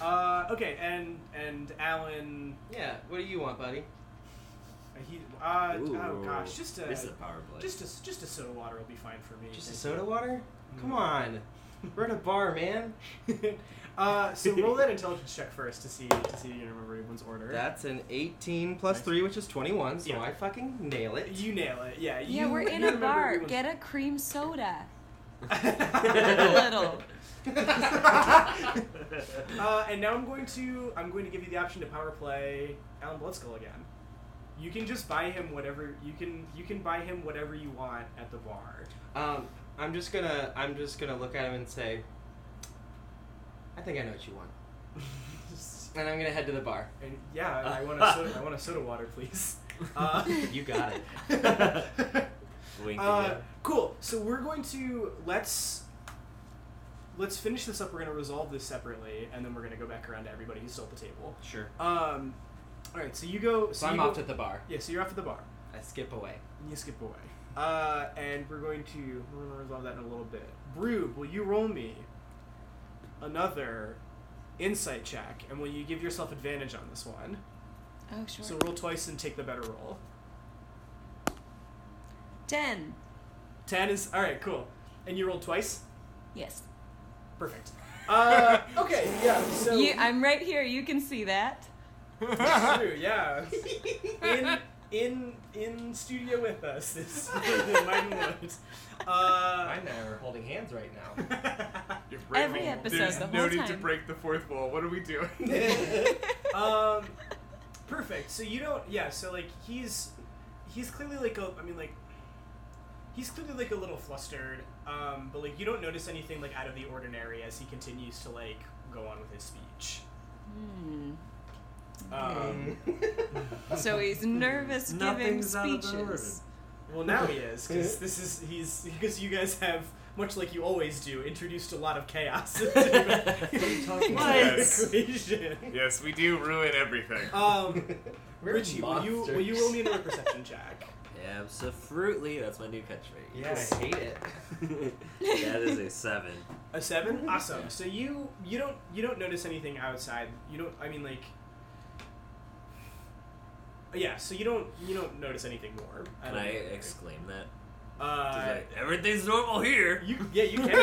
Speaker 2: uh, okay, and and Alan,
Speaker 5: yeah. What do you want, buddy?
Speaker 2: uh, he, uh, oh
Speaker 6: Ooh.
Speaker 2: gosh, just a
Speaker 6: This is a power play.
Speaker 2: just a just a soda water will be fine for me.
Speaker 5: Just a
Speaker 2: thank
Speaker 5: soda water?
Speaker 2: Hmm.
Speaker 5: Come on. We're at a bar, man.
Speaker 2: you. uh, so roll that intelligence check first to see to see if you remember everyone's order.
Speaker 5: That's an 18 plus 3, which is 21, so
Speaker 2: Yeah.
Speaker 5: I fucking nail it.
Speaker 2: you nail it. Yeah.
Speaker 7: Yeah,
Speaker 2: you-
Speaker 7: we're in
Speaker 2: you
Speaker 7: a
Speaker 2: remember
Speaker 7: bar.
Speaker 2: everyone's-
Speaker 7: Get a cream soda. a
Speaker 2: uh,
Speaker 7: little.
Speaker 2: Uh, and now I'm going to I'm going to give you the option to power play Alan Bloodskull again. You can just buy him whatever you can. You can buy him whatever you want at the bar.
Speaker 5: Um, I'm just gonna I'm just gonna look at him and say, I think I know what you want, and I'm gonna head to the bar.
Speaker 2: and yeah, I want a soda, I want a soda water, please. Uh,
Speaker 5: You got it.
Speaker 6: Wink
Speaker 2: uh, cool. So we're going to let's let's finish this up. We're going to resolve this separately, and then we're going to go back around to everybody who's still at the table.
Speaker 5: Sure.
Speaker 2: Um, all right. So you go.
Speaker 5: So
Speaker 2: So
Speaker 5: I'm
Speaker 2: you
Speaker 5: off
Speaker 2: go-
Speaker 5: to the bar.
Speaker 2: Yeah. So you're off at the bar.
Speaker 5: I skip away.
Speaker 2: And you skip away. Uh, and we're going to we're going to resolve that in a little bit. Brew, will you roll me another insight check? And will you give yourself advantage on this one?
Speaker 7: Oh, sure.
Speaker 2: So roll twice and take the better roll.
Speaker 7: Ten.
Speaker 2: Ten is all right. Cool. And you rolled twice.
Speaker 7: Yes.
Speaker 2: Perfect. Uh, okay. Yeah. So
Speaker 7: You, I'm right here. You can see that.
Speaker 2: It's true. Yeah. In in in studio with us is Mighty Woods. Uh,
Speaker 5: Mine and I are holding hands right now.
Speaker 4: You're breaking-
Speaker 7: Every episode,
Speaker 4: There's
Speaker 7: the
Speaker 4: no
Speaker 7: whole
Speaker 4: need to
Speaker 7: time.
Speaker 4: break the fourth wall. What are we doing?
Speaker 2: um, perfect. So you don't. Yeah. So like he's he's clearly like a. I mean like he's clearly like a little flustered. Um, but like you don't notice anything like out of the ordinary as he continues to like go on with his speech.
Speaker 7: Hmm.
Speaker 2: Um,
Speaker 5: Mm.
Speaker 7: So he's nervous giving
Speaker 6: Nothing's out of the
Speaker 7: speeches.
Speaker 2: Well, now he is because this is he's because you guys have much like you always do introduced a lot of chaos into the
Speaker 4: Yes.
Speaker 2: equation.
Speaker 4: yes, we do ruin everything.
Speaker 2: Um,
Speaker 5: We're
Speaker 2: Richie, will you will you roll me another perception check?
Speaker 6: Absolutely, that's my new catchphrase.
Speaker 5: Yeah, I hate it.
Speaker 6: that is a seven.
Speaker 2: A seven. Awesome. So you you don't you don't notice anything outside. You don't. I mean, like. Yeah. So you don't you don't notice anything more.
Speaker 6: Can
Speaker 2: don't
Speaker 6: I
Speaker 2: know.
Speaker 6: exclaim that?
Speaker 2: Uh,
Speaker 8: He's like, everything's normal here.
Speaker 2: you, yeah, you can. you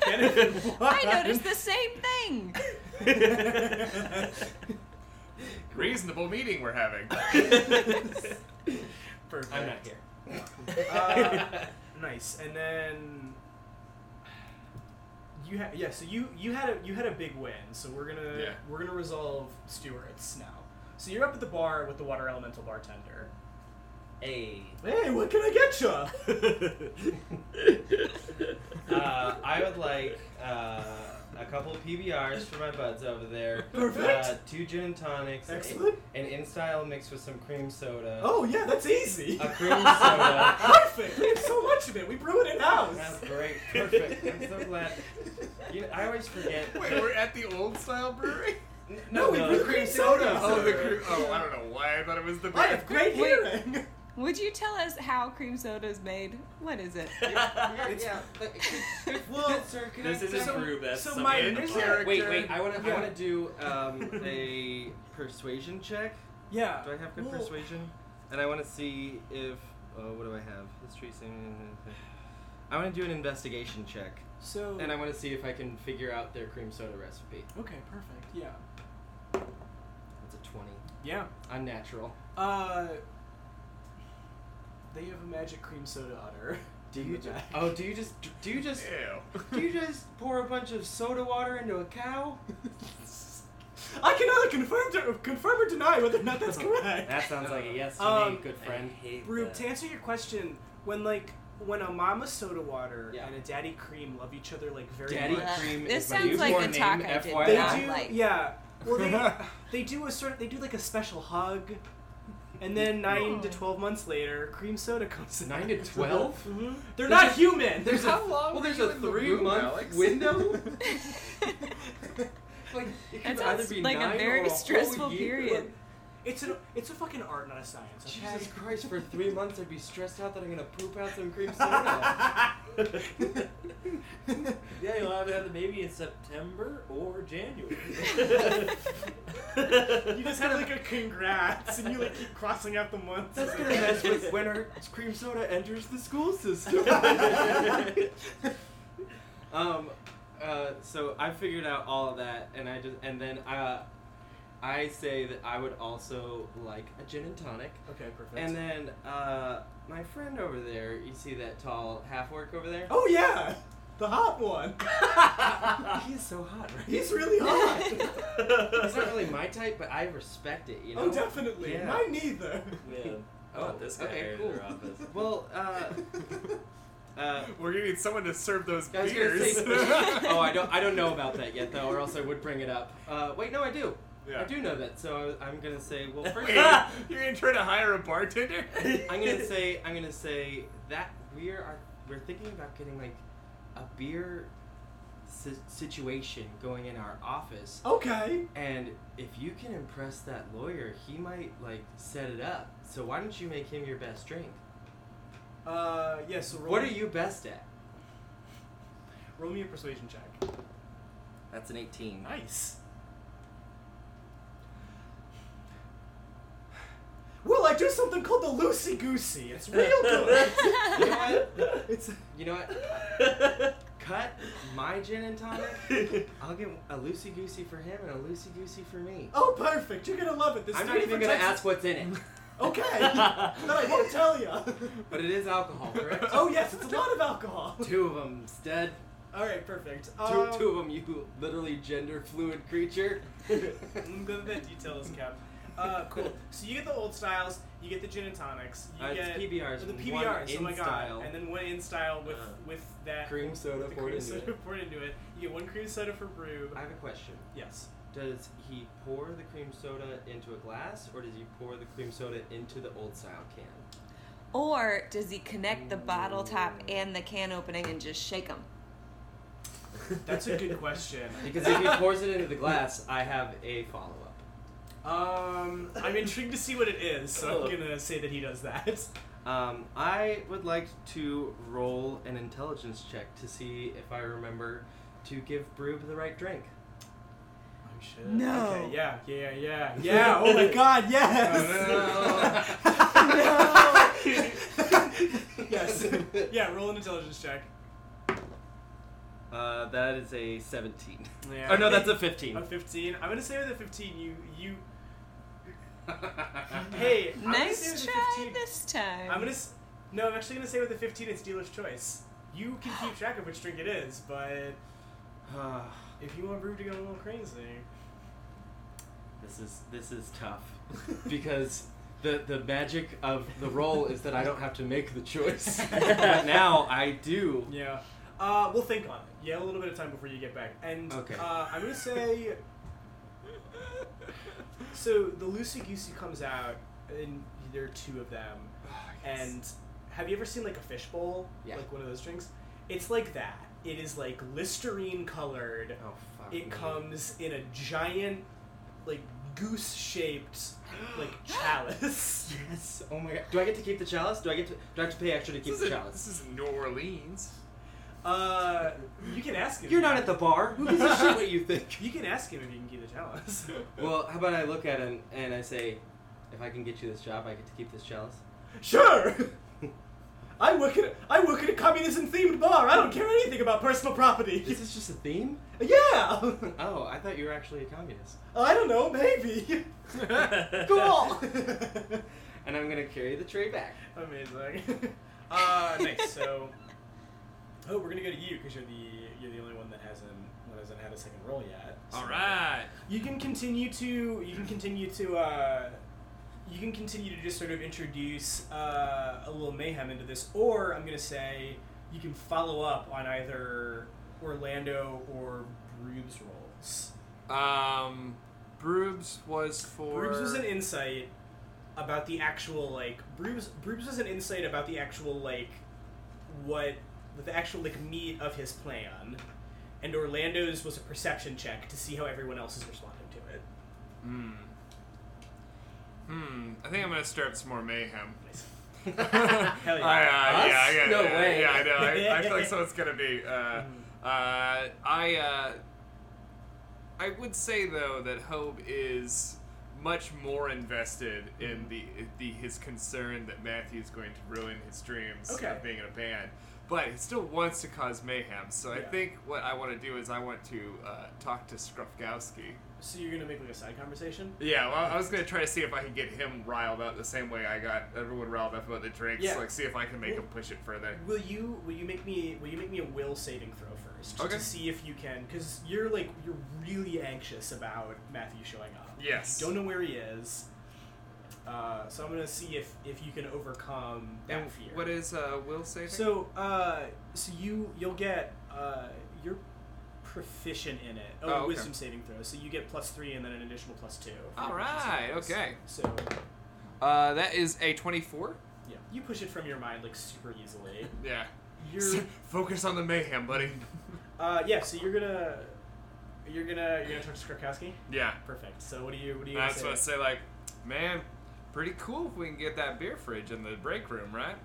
Speaker 2: can if you want.
Speaker 7: I noticed the same thing.
Speaker 4: Reasonable meeting we're having.
Speaker 2: Perfect.
Speaker 5: I'm not here.
Speaker 2: Uh, nice. And then you ha- yeah, so you you had a you had a big win. So we're gonna
Speaker 4: Yeah.
Speaker 2: we're gonna resolve Stewart's now. So you're up at the bar with the water elemental bartender.
Speaker 5: Hey.
Speaker 2: Hey, what can I get you?
Speaker 5: Uh, I would like uh, a couple PBRs for my buds over there.
Speaker 2: Perfect.
Speaker 5: Uh, two gin and tonics.
Speaker 2: Excellent.
Speaker 5: An, an in style mixed with some cream soda.
Speaker 2: oh yeah, that's easy.
Speaker 5: A cream soda.
Speaker 2: Perfect. We have so much of it. We brew it in house.
Speaker 5: That's great. Perfect. I'm so glad. You know, I always forget.
Speaker 4: Wait, we're at the old style brewery.
Speaker 5: N-
Speaker 2: No, we brew
Speaker 5: the
Speaker 2: cream soda.
Speaker 4: Oh, the crew. Oh, I don't know why I thought it was the
Speaker 2: I
Speaker 4: brewery.
Speaker 2: have great hearing.
Speaker 7: Would you tell us how cream soda is made? What is it?
Speaker 5: Yeah.
Speaker 2: Well,
Speaker 5: sir, can
Speaker 8: This
Speaker 5: I
Speaker 8: isn't
Speaker 5: can I-
Speaker 8: brew best.
Speaker 2: so
Speaker 8: somewhere
Speaker 2: my
Speaker 8: in the
Speaker 2: initial-
Speaker 8: bar.
Speaker 5: Wait, wait. I want to.
Speaker 2: Yeah.
Speaker 5: I want to do um, a persuasion check.
Speaker 2: yeah.
Speaker 5: Do I have good
Speaker 2: Well,
Speaker 5: persuasion? And I want to see if. Oh, what do I have? History. same- I want to do an investigation check,
Speaker 2: So
Speaker 5: and I want to see if I can figure out their cream soda recipe.
Speaker 2: okay, perfect. Yeah.
Speaker 5: That's a twenty.
Speaker 2: Yeah.
Speaker 5: Unnatural.
Speaker 2: Uh, they have a magic cream soda udder.
Speaker 5: Do
Speaker 2: in
Speaker 5: you
Speaker 2: the
Speaker 5: just?
Speaker 2: back.
Speaker 5: Oh, do you just? Do you just? Do you just pour a bunch of soda water into a cow?
Speaker 2: I can either confirm, to, confirm or deny whether or not that's correct.
Speaker 5: That sounds like a yes to me,
Speaker 2: Um,
Speaker 5: good
Speaker 6: I
Speaker 5: friend.
Speaker 6: hate
Speaker 2: Rube,
Speaker 6: that.
Speaker 2: to answer your question, when like when a mama soda water
Speaker 5: Yeah.
Speaker 2: and a daddy cream love each other like very
Speaker 5: Daddy
Speaker 2: much,
Speaker 5: cream.
Speaker 7: This
Speaker 5: is my
Speaker 7: sounds like
Speaker 5: newborn
Speaker 7: a
Speaker 5: name,
Speaker 7: talk I did
Speaker 5: FYI.
Speaker 2: they
Speaker 7: not
Speaker 2: do,
Speaker 7: like-
Speaker 2: yeah. Well, they they do a sort of, they do like a special hug, and then nine to
Speaker 7: Oh.
Speaker 2: twelve months later, cream soda comes in.
Speaker 5: Nine to twelve.
Speaker 2: Mm-hmm. They're not
Speaker 5: a-
Speaker 2: human.
Speaker 5: There's
Speaker 4: How
Speaker 5: a,
Speaker 4: long
Speaker 5: well,
Speaker 4: were
Speaker 5: there's
Speaker 4: you
Speaker 5: a
Speaker 4: in the
Speaker 5: three
Speaker 4: room,
Speaker 5: month
Speaker 4: Alex?
Speaker 5: window. like it
Speaker 7: That
Speaker 5: could either
Speaker 7: sounds
Speaker 5: be
Speaker 7: like
Speaker 5: nine
Speaker 7: a
Speaker 5: or
Speaker 7: very
Speaker 5: whole
Speaker 7: stressful
Speaker 5: year.
Speaker 7: period.
Speaker 2: It's a it's a fucking art, not a science. okay?
Speaker 5: Jesus Christ! For three months, I'd be stressed out that I'm gonna poop out some cream soda.
Speaker 6: Yeah, you'll have to have the baby in September or January.
Speaker 2: You just have like a congrats, and you like keep crossing out the months.
Speaker 5: That's gonna mess with when our cream soda enters the school system. um, uh, so I figured out all of that, and I just and then uh, I say that I would also like a gin and tonic.
Speaker 2: Okay, perfect.
Speaker 5: And then uh, my friend over there, you see that tall half orc over there?
Speaker 2: oh yeah, the hot one.
Speaker 5: he is so hot, right?
Speaker 2: He's really hot.
Speaker 5: He's not really my type, but I respect it. You know.
Speaker 2: Oh, definitely.
Speaker 5: Yeah.
Speaker 2: Mine neither.
Speaker 6: yeah. I want Oh, this guy
Speaker 5: okay,
Speaker 6: here in
Speaker 5: cool.
Speaker 6: their office.
Speaker 5: Well, uh, uh,
Speaker 4: We're gonna need someone to serve those
Speaker 5: I was gonna
Speaker 4: beers.
Speaker 5: say, oh, I don't, I don't know about that yet though, or else I would bring it up. Uh, wait, no, I do.
Speaker 4: Yeah.
Speaker 5: I do know that, so I, I'm gonna say, well, first,
Speaker 4: Wait, you're gonna try to hire a bartender?
Speaker 5: I'm gonna say, I'm gonna say that we are, we're thinking about getting like a beer si- situation going in our office,
Speaker 2: Okay.
Speaker 5: and if you can impress that lawyer, he might like set it up. So why don't you make him your best drink?
Speaker 2: Uh, yeah. So roll,
Speaker 5: What are you best at?
Speaker 2: Roll me a persuasion check.
Speaker 5: That's an 18.
Speaker 2: Nice. Well, I do something called the loosey goosey. It's real good.
Speaker 5: You know what?
Speaker 2: it's
Speaker 5: You know what? Cut my gin and tonic. I'll get a loosey goosey for him and a loosey goosey for me.
Speaker 2: oh perfect. You're gonna love it. This
Speaker 5: I'm not even gonna ask what's in it,
Speaker 2: Okay. then I won't tell you.
Speaker 5: but it is alcohol, correct?
Speaker 2: Oh yes, it's a lot of alcohol.
Speaker 5: Two of them, stud.
Speaker 2: All right, perfect.
Speaker 5: Two,
Speaker 2: Um,
Speaker 5: two of them, you literally gender fluid creature.
Speaker 2: I'm good with that detail is kept. Uh, cool. So you get the old styles, you get the gin and tonics, you
Speaker 5: Uh, it's
Speaker 2: get
Speaker 5: PBRs,
Speaker 2: the
Speaker 5: one
Speaker 2: PBRs. oh
Speaker 5: in
Speaker 2: my god!
Speaker 5: style.
Speaker 2: And then one in style with
Speaker 6: Uh,
Speaker 2: with that
Speaker 5: Cream soda
Speaker 2: with the
Speaker 5: poured
Speaker 2: cream
Speaker 5: into
Speaker 2: soda
Speaker 5: it.
Speaker 2: poured into it. You get one cream soda for Rube.
Speaker 5: I have a question.
Speaker 2: yes.
Speaker 5: Does he pour the cream soda into a glass, or does he pour the cream soda into the old style can?
Speaker 7: Or does he connect the bottle top and the can opening and just shake them?
Speaker 2: That's a good question.
Speaker 5: Because if he pours it into the glass, I have a follow up.
Speaker 2: Um, I'm intrigued to see what it is, so
Speaker 6: Oh.
Speaker 2: I'm gonna say that he does that.
Speaker 5: Um, I would like to roll an intelligence check to see if I remember to give Broob the right drink. Oh,
Speaker 2: I'm sure.
Speaker 7: No.
Speaker 2: Okay, yeah, yeah, yeah, yeah. Oh my god, yes.
Speaker 5: Oh, No.
Speaker 2: yes. yeah, roll an intelligence check.
Speaker 9: Uh, that is a 17.
Speaker 2: Yeah.
Speaker 9: Oh, no, that's a 15.
Speaker 2: A 15. I'm gonna say with a 15, you you. Hey, I'm gonna say
Speaker 7: nice
Speaker 2: with
Speaker 7: try
Speaker 2: a 15.
Speaker 7: this time.
Speaker 2: I'm gonna. S- no, I'm actually gonna say with a 15, it's dealer's choice. You can keep track of which drink it is, but uh,
Speaker 9: Ah,
Speaker 2: if you want Brew to go a little crazy,
Speaker 9: this is this is tough because the the magic of the role is that I don't have to make the choice. but now I do.
Speaker 2: yeah. Uh, we'll think on it. Yeah, a little bit of time before you get back. And
Speaker 9: Okay.
Speaker 2: uh, I'm gonna say. so the Lucy Goosey comes out, and there are two of them. And have you ever seen like a fishbowl?
Speaker 9: Yeah.
Speaker 2: Like one of those drinks? It's like that. It is like Listerine colored.
Speaker 9: Oh fuck.
Speaker 2: It
Speaker 9: me.
Speaker 2: comes in a giant, like goose shaped, like chalice.
Speaker 9: Yes. Oh my god. Do I get to keep the chalice? Do I get to do I have to pay extra to keep
Speaker 4: This
Speaker 9: the
Speaker 4: is,
Speaker 9: chalice?
Speaker 4: this is New Orleans.
Speaker 2: Uh, you can ask him.
Speaker 9: You're not at the bar. Who gives a shit what you think?
Speaker 2: You can ask him if you can keep the chalice.
Speaker 9: Well, how about I look at him and I say, if I can get you this job, I get to keep this chalice.
Speaker 2: sure. I work at a, I work at a communism themed bar. I don't care anything about personal property.
Speaker 9: Is this just a theme?
Speaker 2: Yeah.
Speaker 9: Oh, I thought you were actually a communist.
Speaker 2: I don't know. Maybe. cool.
Speaker 9: And I'm gonna carry the tray back.
Speaker 2: Amazing. Uh, nice. So, oh, we're gonna go to you because you're the you're the only one that hasn't that hasn't had a second roll yet. So-
Speaker 8: All right.
Speaker 2: You can continue to you can continue to uh, you can continue to just sort of introduce uh, a little mayhem into this, or I'm gonna say you can follow up on either Orlando or Brubes rolls.
Speaker 4: Um, Brubes was for.
Speaker 2: Brubes was an insight about the actual like Brubes Brubes was an insight about the actual like what the actual like meat of his plan, and Orlando's was a perception check to see how everyone else is responding to it.
Speaker 4: Hmm. Hmm. I think I'm gonna start some more mayhem.
Speaker 2: Nice.
Speaker 4: Hell
Speaker 9: Us?
Speaker 4: I, uh, yeah, yeah,
Speaker 9: No
Speaker 4: yeah,
Speaker 9: way. Hmm.
Speaker 4: Yeah, I know. I, I feel like so it's gonna be. Uh, uh, I uh, I would say though that Hope is much more invested in
Speaker 9: Hmm.
Speaker 4: the the his concern that Matthew's going to ruin his dreams
Speaker 2: Okay.
Speaker 4: of being in a band, but he still wants to cause mayhem. So I
Speaker 2: Yeah.
Speaker 4: think what I want to do is I want to uh, talk to Skrufkowski.
Speaker 2: So you're gonna make like a side conversation?
Speaker 4: Yeah, well, I was gonna try to see if I could get him riled up the same way I got everyone riled up about the drinks.
Speaker 2: Yeah.
Speaker 4: Like, see if I can make
Speaker 2: Well-
Speaker 4: him push it further.
Speaker 2: Will you will you make me will you make me a will saving throw first
Speaker 4: Okay.
Speaker 2: to see if you can because you're like you're really anxious about Matthew showing up.
Speaker 4: Yes.
Speaker 2: You don't know where he is. Uh, so I'm gonna see if if you can overcome that
Speaker 4: And
Speaker 2: fear.
Speaker 4: what is uh, Will saving?
Speaker 2: so uh, so you you'll get uh, you're proficient in it. Oh,
Speaker 4: Oh, okay.
Speaker 2: wisdom saving throw. So you get plus three and then an additional plus two. for
Speaker 4: All
Speaker 2: your proficiency
Speaker 4: right,
Speaker 2: bonus.
Speaker 4: okay.
Speaker 2: So
Speaker 4: uh, that is a twenty-four.
Speaker 2: yeah, you push it from your mind like super easily.
Speaker 4: Yeah.
Speaker 2: You're
Speaker 4: Focus on the mayhem, buddy.
Speaker 2: Uh, yeah. So you're gonna, you're gonna, you're gonna talk to Krakowski.
Speaker 4: yeah.
Speaker 2: Perfect. So what do you, what do you?
Speaker 4: That's
Speaker 2: say?
Speaker 4: what I say. Like, man, pretty cool if we can get that beer fridge in the break room, right?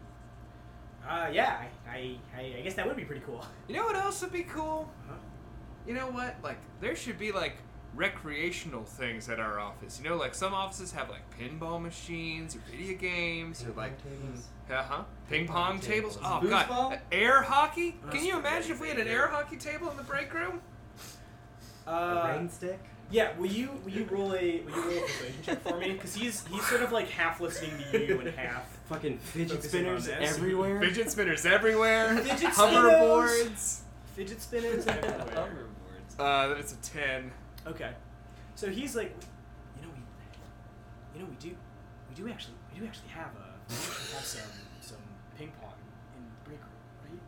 Speaker 2: Uh, yeah. I, I, I guess that would be pretty cool.
Speaker 4: You know what else would be cool?
Speaker 2: Huh?
Speaker 4: You know what? Like, there should be like recreational things at our office. You know, like some offices have like pinball machines or video games or like
Speaker 9: Hmm.
Speaker 4: uh huh ping pong tables. Oh
Speaker 9: Foosball?
Speaker 4: god, Uh, air hockey.
Speaker 2: That's
Speaker 4: Can you imagine if we had an air
Speaker 2: great.
Speaker 4: hockey table in the break room?
Speaker 2: Uh,
Speaker 5: rain stick.
Speaker 2: yeah. Will you, will you roll a, will you roll a persuasion check for me? Because he's, he's sort of like half listening to you and half.
Speaker 9: Fucking fidget
Speaker 2: Focusing on
Speaker 9: spinners
Speaker 2: this.
Speaker 9: everywhere.
Speaker 4: Fidget spinners everywhere.
Speaker 2: Fidget
Speaker 4: hoverboards.
Speaker 2: Fidget spinners everywhere.
Speaker 6: Hoverboards.
Speaker 4: Uh, that's a ten.
Speaker 2: Okay. So he's like, you know, we, you know, we do, we do actually, we do actually have a, we actually have some, some ping pong in the break room, right?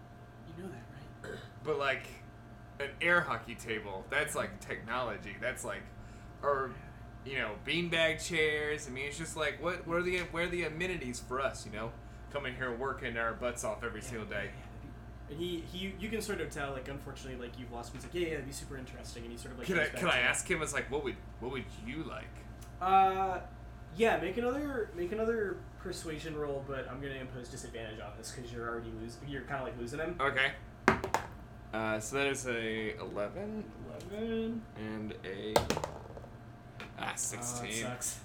Speaker 2: You know that, right?
Speaker 4: But like an air hockey table, that's like technology. That's like, or you know, beanbag chairs. I mean, it's just like what? What are the where are the amenities for us? You know, coming here working our butts off every single day.
Speaker 2: And he, he, you can sort of tell, like, unfortunately, like, you've lost him. He's like, yeah, yeah, that'd be super interesting. And he sort of, like,
Speaker 4: Could I
Speaker 2: goes back
Speaker 4: could
Speaker 2: to
Speaker 4: I
Speaker 2: it.
Speaker 4: ask him? It's like, what would what would you like?
Speaker 2: Uh, yeah, make another, make another persuasion roll, but I'm gonna impose disadvantage on this because you're already losing, you're kind of like losing him.
Speaker 4: Okay. Uh, so that is a eleven
Speaker 2: Eleven.
Speaker 4: and a ah
Speaker 2: Oh, that
Speaker 4: sixteen.
Speaker 2: sucks.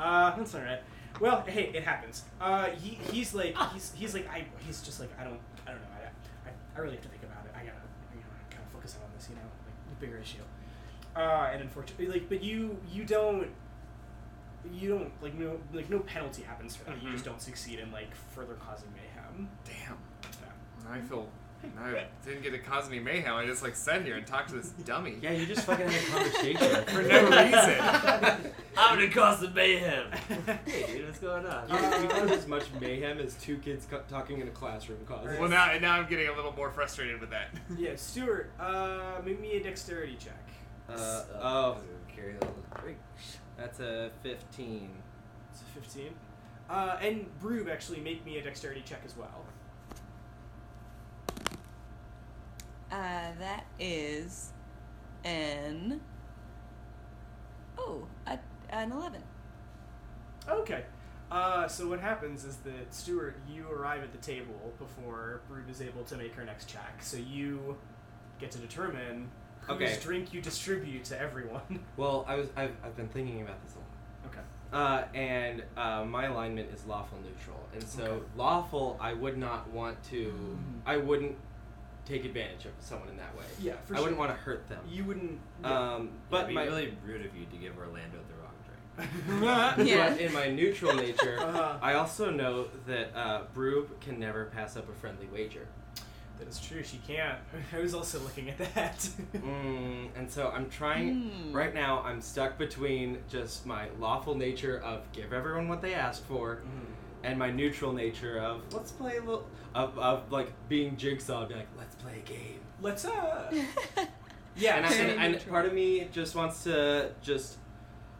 Speaker 2: Uh, that's all right. Well, hey, it happens. Uh, he, he's like, he's, he's like, I, he's just like, I don't, I don't know. I, I, I really have to think about it. I gotta, you know, I gotta focus on this, you know, like the bigger issue. Uh, and unfortunately, like, but you, you don't, you don't like no, like no penalty happens for that. You
Speaker 4: Mhm.
Speaker 2: just don't succeed in like further causing mayhem.
Speaker 4: Damn.
Speaker 2: Yeah.
Speaker 4: Now
Speaker 2: Hmm.
Speaker 4: I feel. now I didn't get to cause any mayhem. I just like sat here and talked to this dummy
Speaker 9: Yeah, you just fucking had a conversation.
Speaker 4: for no reason.
Speaker 8: I'm gonna cause the mayhem.
Speaker 6: Hey, dude, what's going on?
Speaker 9: You you caused as much mayhem as two kids co- talking in a classroom causes.
Speaker 4: well, now now I'm getting a little more frustrated with that.
Speaker 2: yeah, Stuart, uh, make me a dexterity check.
Speaker 5: Uh, oh,
Speaker 6: carry all the drink.
Speaker 5: that's a 15.
Speaker 2: It's a fifteen. Uh, and Broob actually make me a dexterity check as well.
Speaker 7: Uh, that is an oh, a, an eleven.
Speaker 2: Okay. Uh, so what happens is that Stuart, you arrive at the table before Broob is able to make her next check. So you get to determine whose
Speaker 5: Okay.
Speaker 2: drink you distribute to everyone.
Speaker 5: Well, I was I've, I've been thinking about this a lot.
Speaker 2: okay.
Speaker 5: Uh, and uh, my alignment is lawful neutral, and so
Speaker 2: Okay.
Speaker 5: lawful I would not want to.
Speaker 2: Mm.
Speaker 5: I wouldn't take advantage of someone in that way.
Speaker 2: Yeah, for
Speaker 5: I
Speaker 2: sure.
Speaker 5: wouldn't want to hurt them.
Speaker 2: You wouldn't.
Speaker 5: Um,
Speaker 6: But
Speaker 5: but
Speaker 6: it'd be
Speaker 5: my
Speaker 6: really rude of you to give Orlando the wrong drink.
Speaker 2: Yeah.
Speaker 7: Yeah.
Speaker 5: but in my neutral nature,
Speaker 2: Uh-huh.
Speaker 5: I also know that uh, Broob can never pass up a friendly wager.
Speaker 2: that is true. She can't. I was also looking at that.
Speaker 5: Mm, and so I'm trying
Speaker 2: Hmm.
Speaker 7: Mm.
Speaker 5: right now. I'm stuck between just my lawful nature of give everyone what they ask for,
Speaker 2: Mm.
Speaker 5: and my neutral nature of let's play a little of, of like being jigsaw, be like let's play a game.
Speaker 2: Let's uh.
Speaker 5: Yeah, and, I,
Speaker 7: same
Speaker 5: and, and
Speaker 7: neutral.
Speaker 5: part of me just wants to just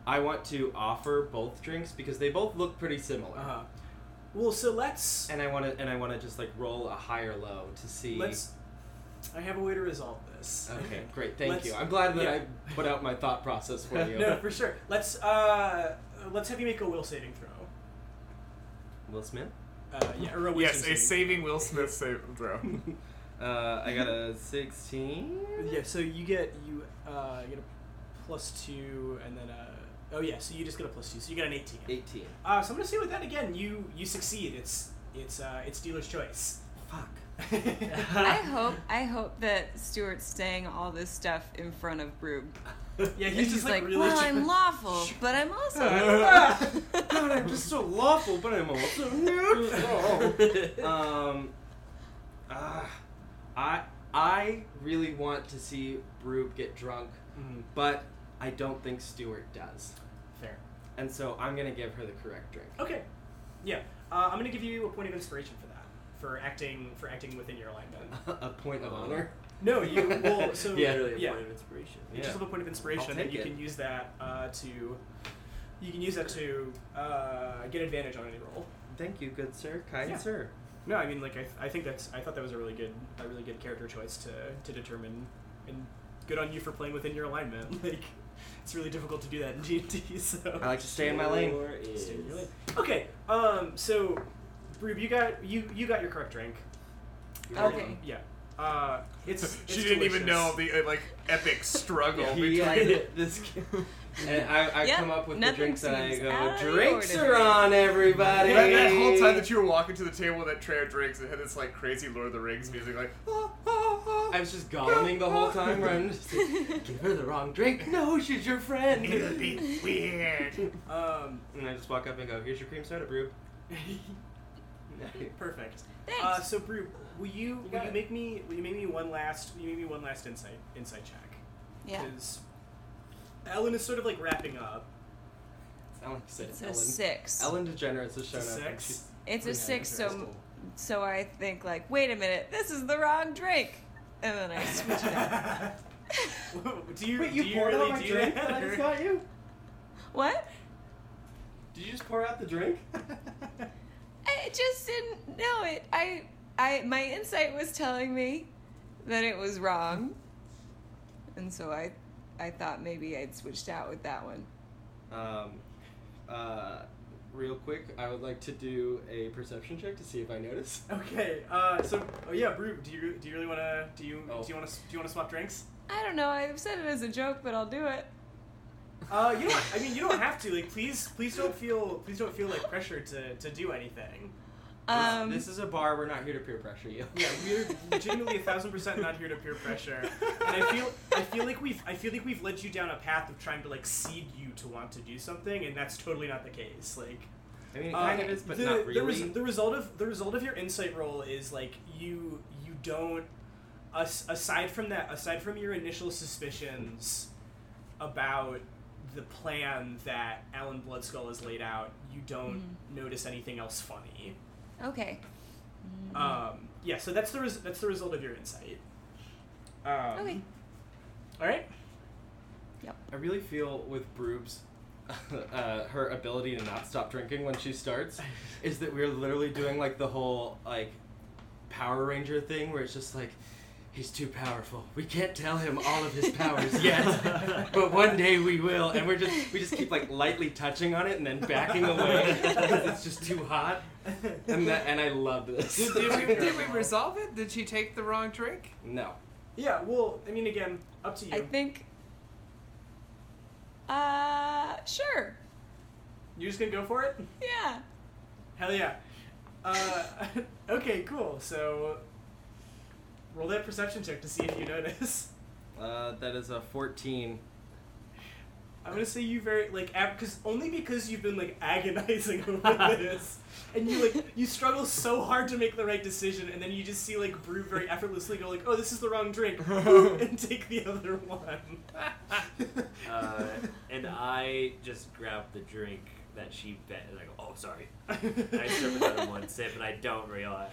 Speaker 5: I want to offer both drinks because they both look pretty similar,
Speaker 2: Uh, well, so let's
Speaker 5: Uh-huh. and I want to and I want to just like roll a high or low to see.
Speaker 2: let's. I have a way to resolve this.
Speaker 5: okay, great, thank
Speaker 2: Let's-
Speaker 5: you. I'm glad that
Speaker 2: yeah.
Speaker 5: I put out my thought process for you.
Speaker 2: No, for sure. Let's uh, let's have you make a will saving throw.
Speaker 5: Will Smith.
Speaker 2: Uh, yeah, or a wisdom
Speaker 4: yes, a
Speaker 2: saving.
Speaker 4: saving Will Smith save throw.
Speaker 5: Uh, I got a 16.
Speaker 2: Yeah, so you get you uh, you get a plus two, and then uh, oh yeah, so you just get a plus two, so you get an eighteen.
Speaker 5: 18.
Speaker 2: Uh, so I'm gonna say with that again, you you succeed. It's it's uh, it's dealer's choice. Mm,
Speaker 5: Fuck.
Speaker 7: I hope I hope that Stuart's saying all this stuff in front of Broob.
Speaker 2: yeah,
Speaker 7: And
Speaker 2: he's just like, really.
Speaker 7: well, I'm lawful, but I'm also
Speaker 5: God, I'm just so lawful, but I'm also
Speaker 4: Oh,
Speaker 5: neutral. um, ah, I I really want to see Broob get drunk,
Speaker 2: Mhm,
Speaker 5: but I don't think Stewart does,
Speaker 2: fair.
Speaker 5: and so I'm gonna give her the correct drink.
Speaker 2: Okay. Yeah, uh, I'm gonna give you a point of inspiration for that, for acting for acting within your alignment.
Speaker 5: a point of honor.
Speaker 2: No, you will. So
Speaker 5: Yeah,
Speaker 6: Literally a
Speaker 2: yeah.
Speaker 6: point of inspiration.
Speaker 2: You just have a point of inspiration,
Speaker 5: I'll
Speaker 2: and
Speaker 5: take
Speaker 2: you
Speaker 5: it.
Speaker 2: can use that uh, to you can use that to uh, get advantage on any roll.
Speaker 5: Thank you, good sir, kind
Speaker 2: Yeah.
Speaker 5: sir.
Speaker 2: No, I mean like I, I think that's I thought that was a really good a really good character choice to to determine, and good on you for playing within your alignment. Like it's really difficult to do that in D and D. So
Speaker 5: I like to stay in my lane.
Speaker 6: Sure is.
Speaker 2: Stay in your lane. okay, um, so Rube, you got you you got your correct drink.
Speaker 7: okay.
Speaker 2: Yeah, uh, it's, it's
Speaker 4: she didn't even know
Speaker 2: delicious.
Speaker 4: the uh, like epic struggle between.
Speaker 5: He, like, this. And I, I
Speaker 7: Yep,
Speaker 5: come up with the
Speaker 7: nothing
Speaker 5: drinks that I
Speaker 7: seems out
Speaker 5: go,
Speaker 7: of the
Speaker 5: drinks are
Speaker 7: ordinary."
Speaker 5: on, everybody.
Speaker 4: That, that whole time that you were walking to the table with that tray of drinks, it had this like crazy Lord of the Rings music, like. "Ah, ah, ah."
Speaker 5: I was just golluming the whole time where I'm just like, give her the wrong drink. No, she's your
Speaker 4: It'll
Speaker 5: friend.
Speaker 4: be weird.
Speaker 2: Um,
Speaker 5: And I just walk up and go, here's your cream soda, Brew.
Speaker 2: perfect.
Speaker 7: Thanks.
Speaker 2: Uh, so Brew, will you, will
Speaker 5: got
Speaker 2: you
Speaker 5: it.
Speaker 2: make me will you make me one last will you make me one last insight insight check?
Speaker 7: yeah.
Speaker 2: Because Ellen is sort of like wrapping up.
Speaker 5: Ellen said
Speaker 7: It's
Speaker 5: Ellen.
Speaker 7: a six.
Speaker 5: Ellen DeGeneres has shown
Speaker 2: It's a
Speaker 5: up. and
Speaker 2: six?
Speaker 5: she's-
Speaker 7: It's a
Speaker 2: Yeah,
Speaker 7: six. So
Speaker 2: interesting.
Speaker 7: so I think like, wait a minute, this is the wrong drink, and then I switch it up.
Speaker 2: do you, do you really do that?
Speaker 5: I just got you?
Speaker 7: What?
Speaker 5: Did you just pour out the drink?
Speaker 7: I just didn't know it. I, I, my insight was telling me that it was wrong, and so I, I thought maybe I'd switched out with that one.
Speaker 5: Um, uh, real quick, I would like to do a perception check to see if I notice.
Speaker 2: okay. Uh, so oh yeah, Brew, do you do you really want to do you
Speaker 5: Oh.
Speaker 2: do you want to do you want to swap drinks?
Speaker 7: I don't know. I've said it as a joke, but I'll do it.
Speaker 2: Uh, you don't. I mean, you don't have to. Like, please, please don't feel, please don't feel like pressure to to do anything.
Speaker 7: Um,
Speaker 5: this is a bar. We're not here to peer pressure you.
Speaker 2: Yeah, we're legitimately a thousand percent not here to peer pressure, and I feel, I feel like we've, I feel like we've led you down a path of trying to like seed you to want to do something, and that's totally not the case. Like,
Speaker 10: I mean, it
Speaker 2: Uh,
Speaker 10: kind of is, but
Speaker 2: the,
Speaker 10: not
Speaker 2: The, res-
Speaker 10: really.
Speaker 2: the result of the result of your insight roll is like you you don't as- aside from that aside from your initial suspicions about the plan that Alan Bloodskull has laid out, you don't
Speaker 7: Mm-hmm.
Speaker 2: notice anything else funny.
Speaker 7: okay. Mm-hmm.
Speaker 2: Um, yeah, so that's the res- that's the result of your insight. Um,
Speaker 7: Okay.
Speaker 2: All right.
Speaker 5: I really feel with Broobs, uh, her ability to not stop drinking when she starts, is that we're literally doing like the whole like Power Ranger thing where it's just like. He's too powerful. We can't tell him all of his powers yet, but one day we will. And we're just we just keep like lightly touching on it and then backing away because it's just too hot. And that, and I love this.
Speaker 4: Did, did we, did we resolve it? Did she take the wrong drink?
Speaker 5: No.
Speaker 2: Yeah. Well, I mean, again, up to you.
Speaker 7: I think. Uh, sure.
Speaker 2: You're just gonna go for it.
Speaker 7: Yeah.
Speaker 2: Hell yeah. Uh, okay, cool. So roll that perception check to see if you notice.
Speaker 5: Uh, that is a fourteen.
Speaker 2: I'm gonna say you very like because only because you've been like agonizing over this, and you like you struggle so hard to make the right decision, and then you just see like Brew very effortlessly go like, oh, this is the wrong drink, and take the other one.
Speaker 6: Uh, and I just grabbed the drink that she bet, and I go, "Oh, sorry." And I sip another one sip, and I don't realize.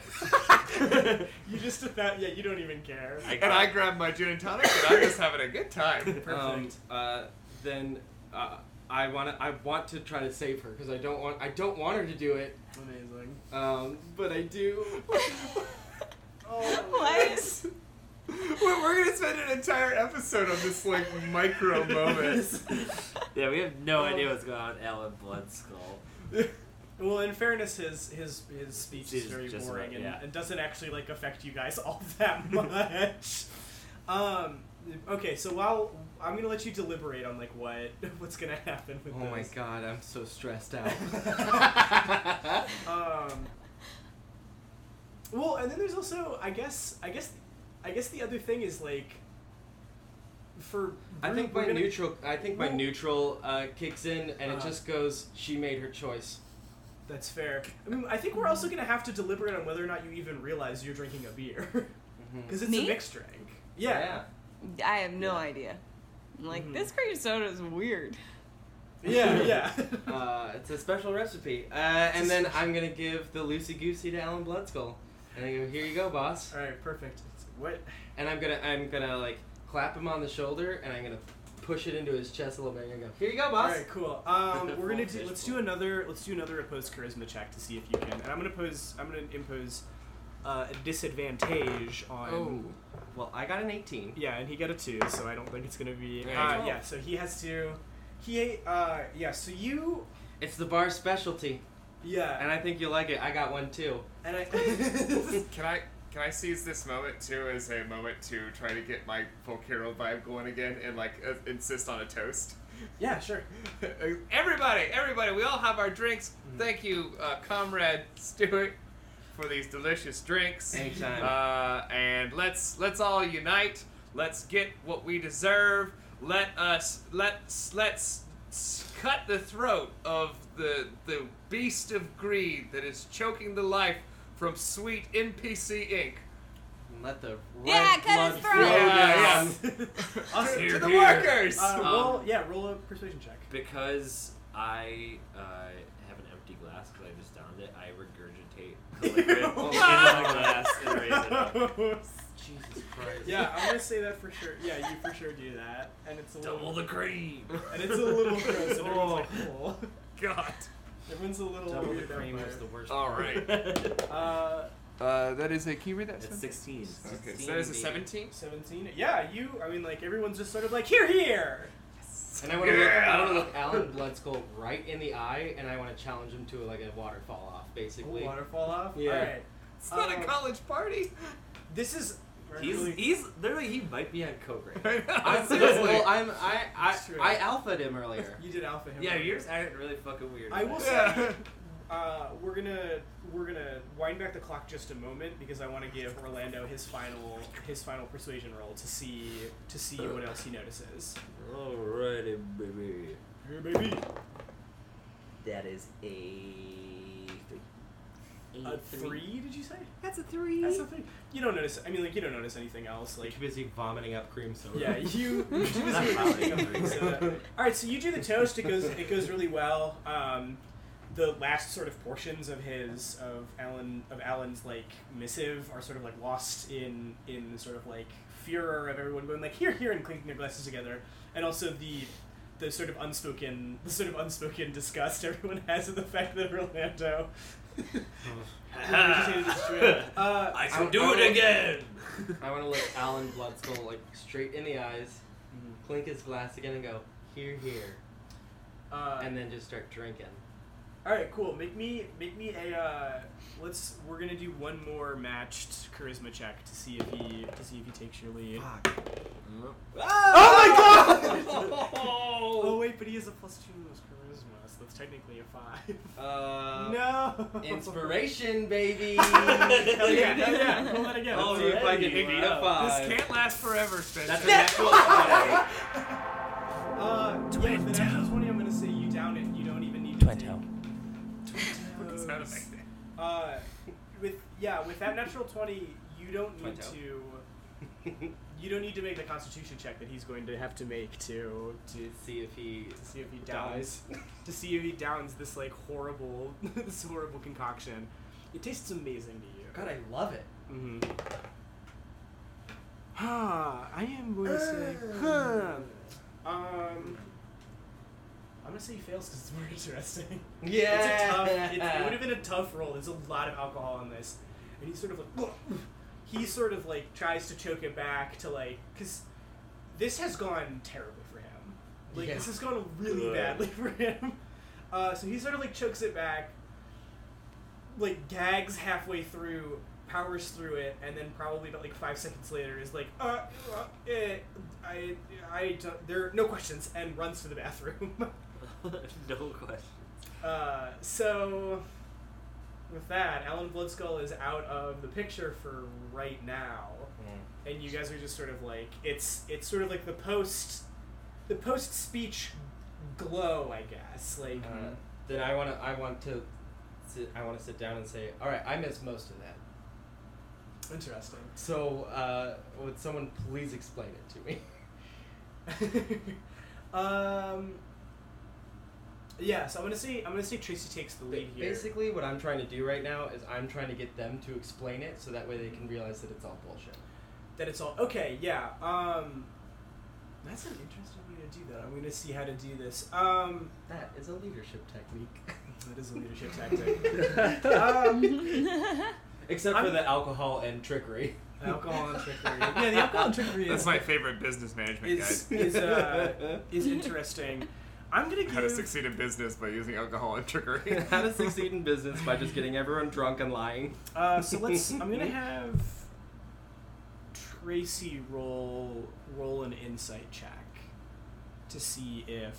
Speaker 2: you just about yeah, you don't even care.
Speaker 6: I
Speaker 4: And I grabbed my gin and tonic, and I'm just having a good time.
Speaker 5: Um, uh, then uh, I want to. I want to try to save her because I don't want. I don't want her to do it.
Speaker 2: Amazing.
Speaker 5: Um, but I do.
Speaker 2: Oh,
Speaker 7: What?
Speaker 4: We're, we're gonna spend an entire episode on this like micro moment.
Speaker 6: Yeah, we have no idea what's going on with Alan Bloodskull.
Speaker 2: Well, in fairness, his his his speech is
Speaker 6: It's
Speaker 2: very
Speaker 6: just
Speaker 2: boring
Speaker 6: about-
Speaker 2: and,
Speaker 6: yeah.
Speaker 2: and doesn't actually like affect you guys all that much. um, okay, so while I'm gonna let you deliberate on like what what's gonna happen with
Speaker 5: Oh my
Speaker 2: this.
Speaker 5: god, I'm so stressed out.
Speaker 2: Um, well, and then there's also I guess I guess I guess the other thing is like for
Speaker 5: I
Speaker 2: Brew,
Speaker 5: think
Speaker 2: we're
Speaker 5: my
Speaker 2: gonna-
Speaker 5: neutral. I think my
Speaker 2: Well-
Speaker 5: neutral uh, kicks in, and it
Speaker 2: Uh-huh.
Speaker 5: just goes. She made her choice.
Speaker 2: that's fair. I mean, I think we're also gonna have to deliberate on whether or not you even realize you're drinking a beer
Speaker 6: Mm-hmm.
Speaker 2: because it's
Speaker 7: Me?
Speaker 2: a mixed drink.
Speaker 7: I have no idea. I'm like,
Speaker 2: Mhm.
Speaker 7: this cream soda is weird.
Speaker 2: Yeah, yeah.
Speaker 5: Uh, it's a special recipe. Uh, and then I'm gonna give the loosey goosey to Alan Bloodskull, and I go, "Here you go, boss."
Speaker 2: All right, perfect. It's- What?
Speaker 5: And I'm gonna I'm gonna like clap him on the shoulder and I'm gonna push it into his chest a little bit and go, Here you go,
Speaker 2: All
Speaker 5: boss.
Speaker 2: right, cool. Um, we're gonna do.
Speaker 6: Fish
Speaker 2: Let's
Speaker 6: bowl.
Speaker 2: do another. Let's do another opposed charisma check to see if you can. And I'm gonna pose. I'm gonna impose uh, a disadvantage on.
Speaker 5: Oh. Well I got an eighteen.
Speaker 2: Yeah, and he got a two, so I don't think it's gonna be.
Speaker 5: Yeah.
Speaker 2: Uh, yeah, so he has to. He. Uh, yeah. So you.
Speaker 5: It's the bar's specialty.
Speaker 2: Yeah.
Speaker 5: And I think you'll like it. I got one too.
Speaker 2: And I.
Speaker 4: Can I can I seize this moment too as a moment to try to get my full Carol vibe going again and like uh, insist on a toast?
Speaker 2: yeah. Sure.
Speaker 4: everybody, everybody, we all have our drinks. Thank you, uh, comrade Stewart, for these delicious drinks.
Speaker 5: Anytime.
Speaker 4: Uh, and let's let's all unite. Let's get what we deserve. Let us let's let's s- cut the throat of the the beast of greed that is choking the life from sweet NPC Inc.
Speaker 5: And let the
Speaker 7: Yeah,
Speaker 5: red
Speaker 7: cut his
Speaker 5: blood
Speaker 7: throat.
Speaker 5: flow
Speaker 4: Yeah,
Speaker 5: down.
Speaker 2: awesome.
Speaker 4: to the
Speaker 6: here.
Speaker 4: workers. Oh,
Speaker 2: Uh, roll,
Speaker 6: Um,
Speaker 2: yeah, roll a persuasion check.
Speaker 6: Because I uh, have an empty glass because I just downed it, I regurgitate the liquid into the glass and raise it up.
Speaker 5: Jesus Christ.
Speaker 2: yeah, I'm gonna say that for sure. Yeah, you for sure do that, and it's a
Speaker 6: Double
Speaker 2: little,
Speaker 6: the cream.
Speaker 2: and it's a little gross, and everyone's
Speaker 7: Oh.
Speaker 2: like, cool.
Speaker 4: God.
Speaker 2: Everyone's a little
Speaker 5: Double the
Speaker 2: weird out
Speaker 5: cream
Speaker 2: there.
Speaker 5: is the worst.
Speaker 4: All right.
Speaker 2: Uh,
Speaker 4: Uh, that is a can you read that?
Speaker 6: That's 16.
Speaker 4: Okay, so that is a 17?
Speaker 2: 17. Yeah, you. I mean, like everyone's just sort of like here, here.
Speaker 5: And I wanna look I wanna
Speaker 4: Yeah.
Speaker 5: look Alan Bloodskull right in the eye and I wanna challenge him to like a waterfall off, basically.
Speaker 2: Waterfall off.
Speaker 5: Yeah.
Speaker 2: All right.
Speaker 4: It's not
Speaker 2: Uh,
Speaker 4: a college party.
Speaker 2: This is
Speaker 7: He's he's literally he might be on coke right now.
Speaker 5: I'm,
Speaker 7: Seriously.
Speaker 5: well, I'm I I,
Speaker 2: It's true.
Speaker 5: I alphaed him earlier.
Speaker 2: You did alpha him.
Speaker 7: yeah,
Speaker 2: earlier.
Speaker 7: yours acted really fucking weird.
Speaker 2: I will
Speaker 7: about
Speaker 2: say,
Speaker 7: it.
Speaker 2: uh, we're gonna we're gonna wind back the clock just a moment because I want to give Orlando his final his final persuasion roll to see to see what else he notices.
Speaker 7: Alrighty, baby.
Speaker 2: Hey, baby.
Speaker 7: That is a three.
Speaker 2: A three? Did you say?
Speaker 7: That's a three.
Speaker 2: That's a three. You don't notice. I mean, like you don't notice anything else. Like
Speaker 5: Too busy vomiting up cream soda.
Speaker 2: Yeah, you. you do
Speaker 7: Not
Speaker 2: the-
Speaker 7: probably.
Speaker 2: All right, so you do the toast. It goes. It goes really well. Um, the last sort of portions of his of Alan of Alan's like missive are sort of like lost in in the sort of like furor of everyone going like here here and clinking their glasses together, and also the. The sort of unspoken, the sort of unspoken disgust everyone has of the fact that Orlando. uh,
Speaker 6: I
Speaker 5: I-
Speaker 6: shall do
Speaker 5: I will-
Speaker 6: it again.
Speaker 5: I want to look Alan Bloodskull like straight in the eyes,
Speaker 2: mm,
Speaker 5: clink his glass again, and go here, here,
Speaker 2: uh,
Speaker 5: and then just start drinking.
Speaker 2: All right, cool. Make me make me a. Uh, let's. We're gonna do one more matched charisma check to see if he to see if he takes your lead. Ah!
Speaker 5: Oh my
Speaker 2: Oh wait, but he has a plus two in his charisma, so that's technically a five.
Speaker 5: Uh,
Speaker 2: no.
Speaker 5: Inspiration, baby.
Speaker 2: Hell yeah! Hell yeah! Roll that again.
Speaker 5: I'll
Speaker 2: Let's
Speaker 5: see if I can
Speaker 2: see.
Speaker 5: beat a five.
Speaker 4: This can't last forever, Spencer.
Speaker 7: That's a natural twenty.
Speaker 2: Uh, yeah, with the natural twenty, I'm gonna say you down it. You don't even need to take.
Speaker 4: It's not effective.
Speaker 2: Uh, with yeah, with that natural twenty, you don't need
Speaker 5: Twenty.
Speaker 2: to. You don't need to make the Constitution check that he's going to have to make to
Speaker 5: to see if he
Speaker 2: to see if he downs to see if he downs this like horrible this horrible concoction. It tastes amazing to you.
Speaker 5: God, I love it.
Speaker 2: Mm-hmm. Huh, I am going to say,
Speaker 5: Uh.
Speaker 2: huh. Um, I'm gonna say he fails because it's more interesting. It's a
Speaker 5: Yeah.
Speaker 2: tough, it's, it would have been a tough roll. There's a lot of alcohol in this, and he's sort of like, he sort of like tries to choke it back to like, because this has gone terribly for him. Like
Speaker 5: Yeah.
Speaker 2: this has gone really
Speaker 7: Ugh.
Speaker 2: badly for him. Uh, so he sort of like chokes it back, like gags halfway through, powers through it, and then probably about like five seconds later is like, uh, uh eh, I, I, don't, there are no questions, and runs to the bathroom.
Speaker 7: no question.
Speaker 2: Uh, so, with that, Alan Bloodskull is out of the picture for right now, and you guys are just sort of like it's it's sort of like the post the post speech glow, I guess. Like,
Speaker 11: Uh,
Speaker 2: Mm-hmm.
Speaker 5: Then I want to. I want to. Sit, I want to sit down and say, all right, I missed most of that.
Speaker 2: interesting.
Speaker 5: So, uh, would someone please explain it to me?
Speaker 2: um, yeah. So I'm gonna say I'm gonna say Tracy takes the lead here.
Speaker 5: Basically, what I'm trying to do right now is I'm trying to get them to explain it so that way they can realize that it's all bullshit.
Speaker 2: that it's all okay. Yeah. Um, that's an interesting way to do that. I'm gonna see how to do this. Um.
Speaker 5: That is a leadership technique.
Speaker 2: That is a leadership tactic. Uh,
Speaker 5: Except for
Speaker 2: I'm-
Speaker 5: the alcohol and trickery.
Speaker 2: alcohol and trickery. Yeah, the alcohol and trickery
Speaker 4: That's
Speaker 2: is,
Speaker 4: my favorite business management guide.
Speaker 2: is, is, uh, is interesting. I'm gonna give.
Speaker 4: How to succeed in business by using alcohol and trickery.
Speaker 5: How to succeed in business by just getting everyone drunk and lying.
Speaker 2: Uh, so let's. I'm gonna have Tracy roll roll an insight check to see if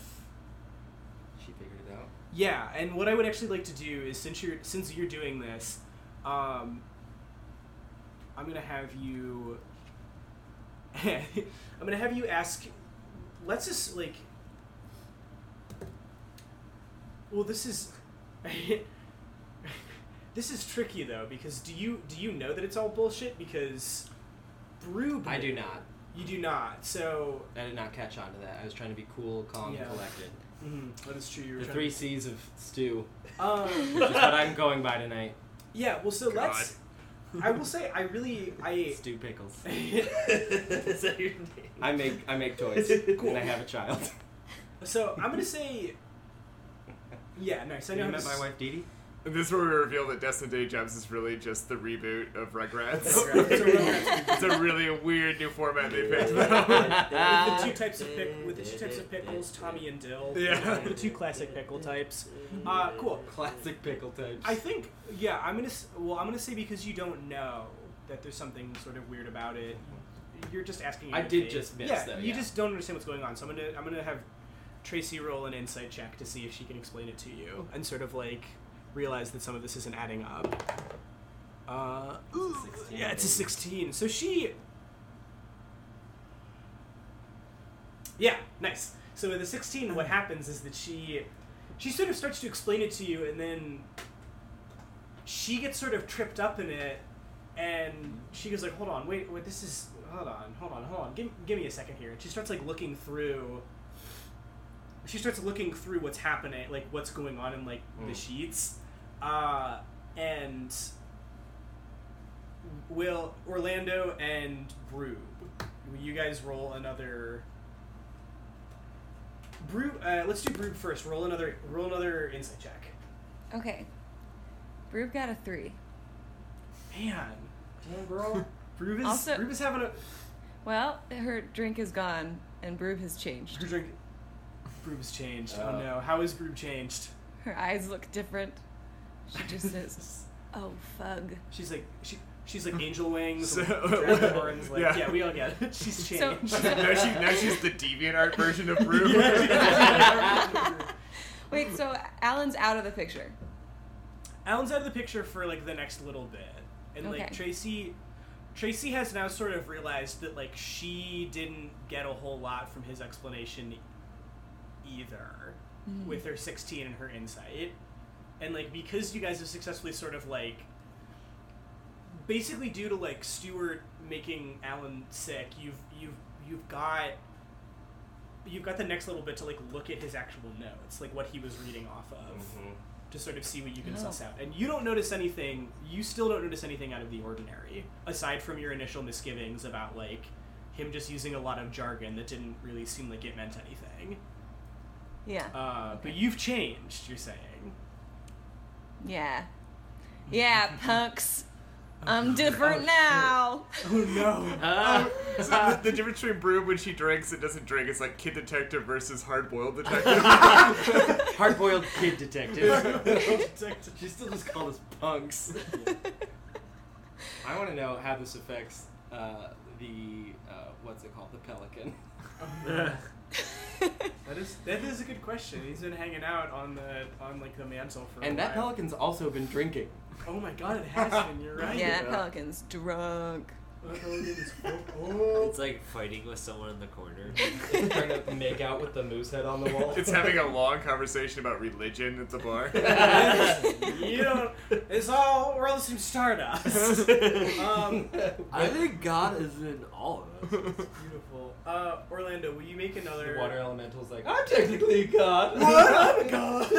Speaker 5: She figured it out.
Speaker 2: Yeah, and what I would actually like to do is since you're since you're doing this, um, I'm gonna have you. I'm gonna have you ask. Let's just like. Well, this is. this is tricky though because do you do you know that it's all bullshit because brew
Speaker 5: I do not.
Speaker 2: you do not so
Speaker 5: I did not catch on to that. I was trying to be cool, calm,
Speaker 2: Yeah.
Speaker 5: collected.
Speaker 2: mm, that is true you're
Speaker 5: The three C's of stew,
Speaker 2: um
Speaker 5: which is what I'm going by tonight.
Speaker 2: Yeah, well, so
Speaker 4: God.
Speaker 2: let's. I will say, I really, I.
Speaker 5: Stew pickles.
Speaker 7: Is that your name?
Speaker 5: I make I make toys, and I have a child.
Speaker 2: so I'm gonna say. Yeah, nice. I know.
Speaker 5: you
Speaker 2: how
Speaker 5: met
Speaker 2: to
Speaker 5: my
Speaker 2: s-
Speaker 5: wife Dee Dee?
Speaker 4: And this is where we reveal that Destined Day Jobs is really just the reboot of Rugrats.
Speaker 2: Rugrats. It's a Rugrats
Speaker 4: it's a really weird new format they picked. though.
Speaker 2: With
Speaker 5: Ah.
Speaker 2: the two types of pick, with the two types of pickles, Tommy and Dill.
Speaker 4: Yeah.
Speaker 2: The two classic pickle types. Uh, cool.
Speaker 5: Classic pickle types.
Speaker 2: I think. Yeah, I'm gonna. s- Well, I'm gonna say because you don't know. that there's something sort of weird about it. You're just asking.
Speaker 9: I
Speaker 2: out of
Speaker 9: did
Speaker 2: faith.
Speaker 9: just miss,
Speaker 2: yeah,
Speaker 9: though,
Speaker 2: you
Speaker 9: yeah.
Speaker 2: just don't understand what's going on. So I'm gonna I'm gonna have Tracy roll an insight check to see if she can explain it to you and sort of like realize that some of this isn't adding up. Uh, ooh, yeah, it's a sixteen. So she. Yeah, nice. So with the sixteen, what happens is that she, she sort of starts to explain it to you, and then she gets sort of tripped up in it, and she goes like, "Hold on, wait, wait, this is hold on, hold on, hold on, give, give me a second here." And she starts like looking through. She starts looking through what's happening, like what's going on in like the sheets, uh, and will Orlando and Brew, will you guys roll another. Brew, uh, let's do Brew first. Roll another, roll another insight check.
Speaker 7: Okay. Rube got a three.
Speaker 2: Man,
Speaker 5: Damn, girl.
Speaker 2: Brew is,
Speaker 7: Also-
Speaker 2: Brew is having a.
Speaker 7: Well, her drink is gone, and Broob has changed.
Speaker 2: Her drink. Broob's changed. oh
Speaker 4: Uh,
Speaker 5: Oh.
Speaker 2: no, how is Broob changed?
Speaker 7: Her eyes look different. She just says, "Oh fug."
Speaker 2: She's like she. She's like angel wings,
Speaker 4: So-
Speaker 2: dragon horns. Like, yeah.
Speaker 4: Yeah.
Speaker 2: we all get it. She's
Speaker 7: So-
Speaker 2: changed.
Speaker 4: now, she, now she's the deviant art version of Brew.
Speaker 7: Wait, so Alan's out of the picture.
Speaker 2: Alan's out of the picture for like the next little bit, and like
Speaker 7: Okay.
Speaker 2: Tracy, Tracy has now sort of realized that like she didn't get a whole lot from his explanation, either,
Speaker 7: Mm-hmm.
Speaker 2: with her sixteen and her insight, and like because you guys have successfully sort of like, basically due to like Stewart making Alan sick, you've you've you've got. You've got the next little bit to like look at his actual notes, like what he was reading off of to sort of see what you can
Speaker 7: Oh.
Speaker 2: suss out. And you don't notice anything. You still don't notice anything out of the ordinary, aside from your initial misgivings about like him just using a lot of jargon that didn't really seem like it meant anything.
Speaker 7: Yeah.
Speaker 2: Uh, But you've changed. You're saying.
Speaker 7: Yeah. Yeah, punks. I'm different now.
Speaker 2: Oh no.
Speaker 5: Uh,
Speaker 4: So the, the difference between Brew when she drinks and doesn't drink is like Kid Detective versus Hard Boiled Detective.
Speaker 9: Hard boiled kid detective.
Speaker 2: Detective.
Speaker 9: she still just called us punks. I want to know how this affects uh, the uh, what's it called, the pelican.
Speaker 2: that is that is a good question. He's been hanging out on the on like the mantle for.
Speaker 9: And
Speaker 2: a
Speaker 9: that
Speaker 2: while.
Speaker 9: pelican's also been drinking.
Speaker 2: Oh my god, it has been. You're right.
Speaker 7: yeah, Pelican's drunk.
Speaker 2: That pelican is- oh, oh.
Speaker 6: It's like fighting with someone in the corner.
Speaker 5: It's trying to make out with the moose head on the wall.
Speaker 4: it's having a long conversation about religion at the bar.
Speaker 2: you don't. It's all we're all the same stardust. um,
Speaker 8: I think God is in all of us.
Speaker 2: beautiful. Uh, Orlando, will you make another?
Speaker 5: The water elemental's like, I'm technically a god.
Speaker 2: What? I'm God.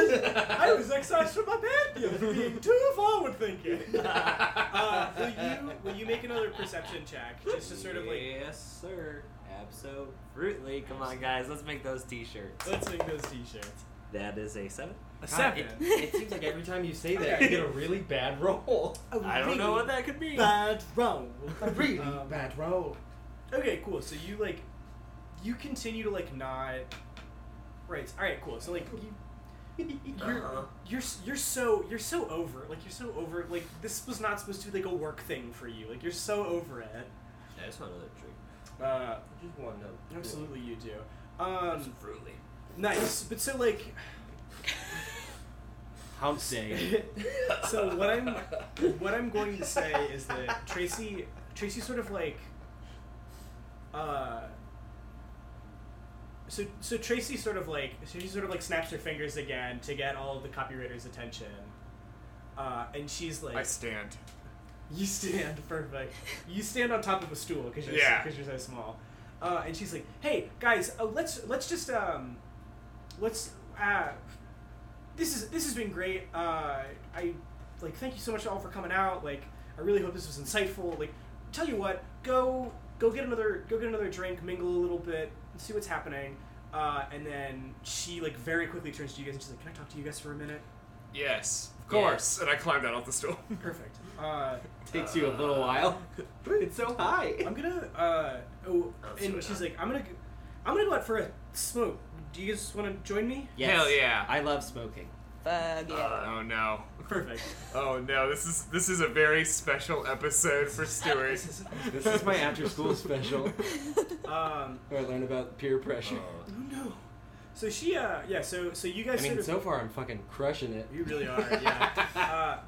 Speaker 2: I was excised from my pantheon for being too forward thinking. Uh, will you will you make another perception check just to sort of like
Speaker 6: yes, sir. Absolutely. Come on, guys. Let's make those T-shirts.
Speaker 2: let's make those t-shirts.
Speaker 6: That is a seven.
Speaker 2: A
Speaker 5: God,
Speaker 2: seven.
Speaker 5: It, it seems like every time you say that, you get a really bad roll.
Speaker 6: I don't know what that could mean.
Speaker 2: bad roll. Um,
Speaker 5: bad roll.
Speaker 2: Okay, cool. So you like, you continue to like not. Right. All right. Cool. So like you. You're, you're s- you're so you're so over it. like you're so over it. like this was not supposed to be like a work thing for you like you're so over it.
Speaker 6: I just want another drink.
Speaker 2: Uh,
Speaker 5: Just one note.
Speaker 2: absolutely you do. Um,
Speaker 6: Absolutely.
Speaker 2: nice, but so like
Speaker 9: Hump day.
Speaker 2: so what I'm what I'm going to say is that Tracy Tracy sort of like uh so so Tracy sort of like so she sort of like snaps her fingers again to get all of the copywriter's attention. Uh, and she's like,
Speaker 4: I stand.
Speaker 2: "You stand perfect. You stand on top of a stool because you're
Speaker 4: Yeah.
Speaker 2: because you're so small." Uh, and she's like, "Hey guys, uh, let's let's just um, let's uh, this is this has been great. Uh, I like thank you so much all for coming out. Like I really hope this was insightful. Like tell you what, go go get another go get another drink, mingle a little bit, and see what's happening. Uh, and then she like very quickly turns to you guys and she's like, "Can I talk to you guys for a minute?"
Speaker 4: Yes, of course. And I climbed out off the stool.
Speaker 2: Perfect. Uh,
Speaker 9: Takes you a
Speaker 6: Uh,
Speaker 9: little while. it's so high.
Speaker 2: I'm gonna. Uh, oh,
Speaker 6: Let's do
Speaker 2: and
Speaker 6: it
Speaker 2: she's
Speaker 6: now.
Speaker 2: like, I'm gonna, go- I'm gonna go out for a smoke. Do you guys want to join me?
Speaker 4: Hell yeah.
Speaker 9: I love smoking.
Speaker 7: Fug yeah.
Speaker 4: oh no. Wow.
Speaker 2: Perfect.
Speaker 4: Oh no, this is this is a very special episode for Stuart.
Speaker 5: This is my after school special
Speaker 2: Um,
Speaker 5: where I learn about peer pressure.
Speaker 2: Oh.
Speaker 6: Oh.
Speaker 2: no. So she, uh, yeah. So so you guys
Speaker 5: I mean,
Speaker 2: sort of
Speaker 5: so far I'm fucking crushing it.
Speaker 2: you really are, yeah. uh,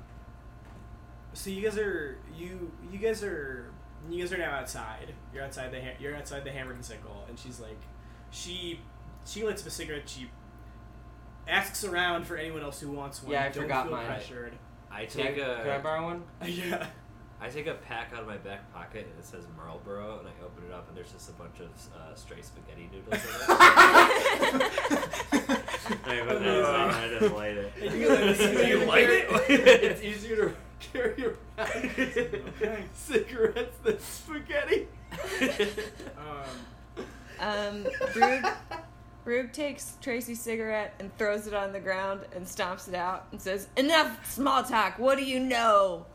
Speaker 2: so you guys are you you guys are you guys are now outside. You're outside the ha- you're outside the hammered and sickle, and she's like, she she lights up a cigarette. She asks around for anyone else who wants one.
Speaker 12: Yeah, I
Speaker 2: Don't
Speaker 12: forgot
Speaker 2: feel
Speaker 12: mine.
Speaker 2: pressured.
Speaker 6: I
Speaker 12: Can I,
Speaker 6: take a.
Speaker 12: can I borrow one?
Speaker 2: yeah.
Speaker 6: I take a pack out of my back pocket and it says Marlboro, and I open it up and there's just a bunch of uh, stray spaghetti noodles in it. I put that aside and I just light it.
Speaker 2: And you light it?
Speaker 6: You light it?
Speaker 5: it's easier to carry around cigarettes than spaghetti.
Speaker 2: Um,
Speaker 7: Um, Rube, Rube takes Tracy's cigarette and throws it on the ground and stomps it out and says, Enough small talk, what do you know?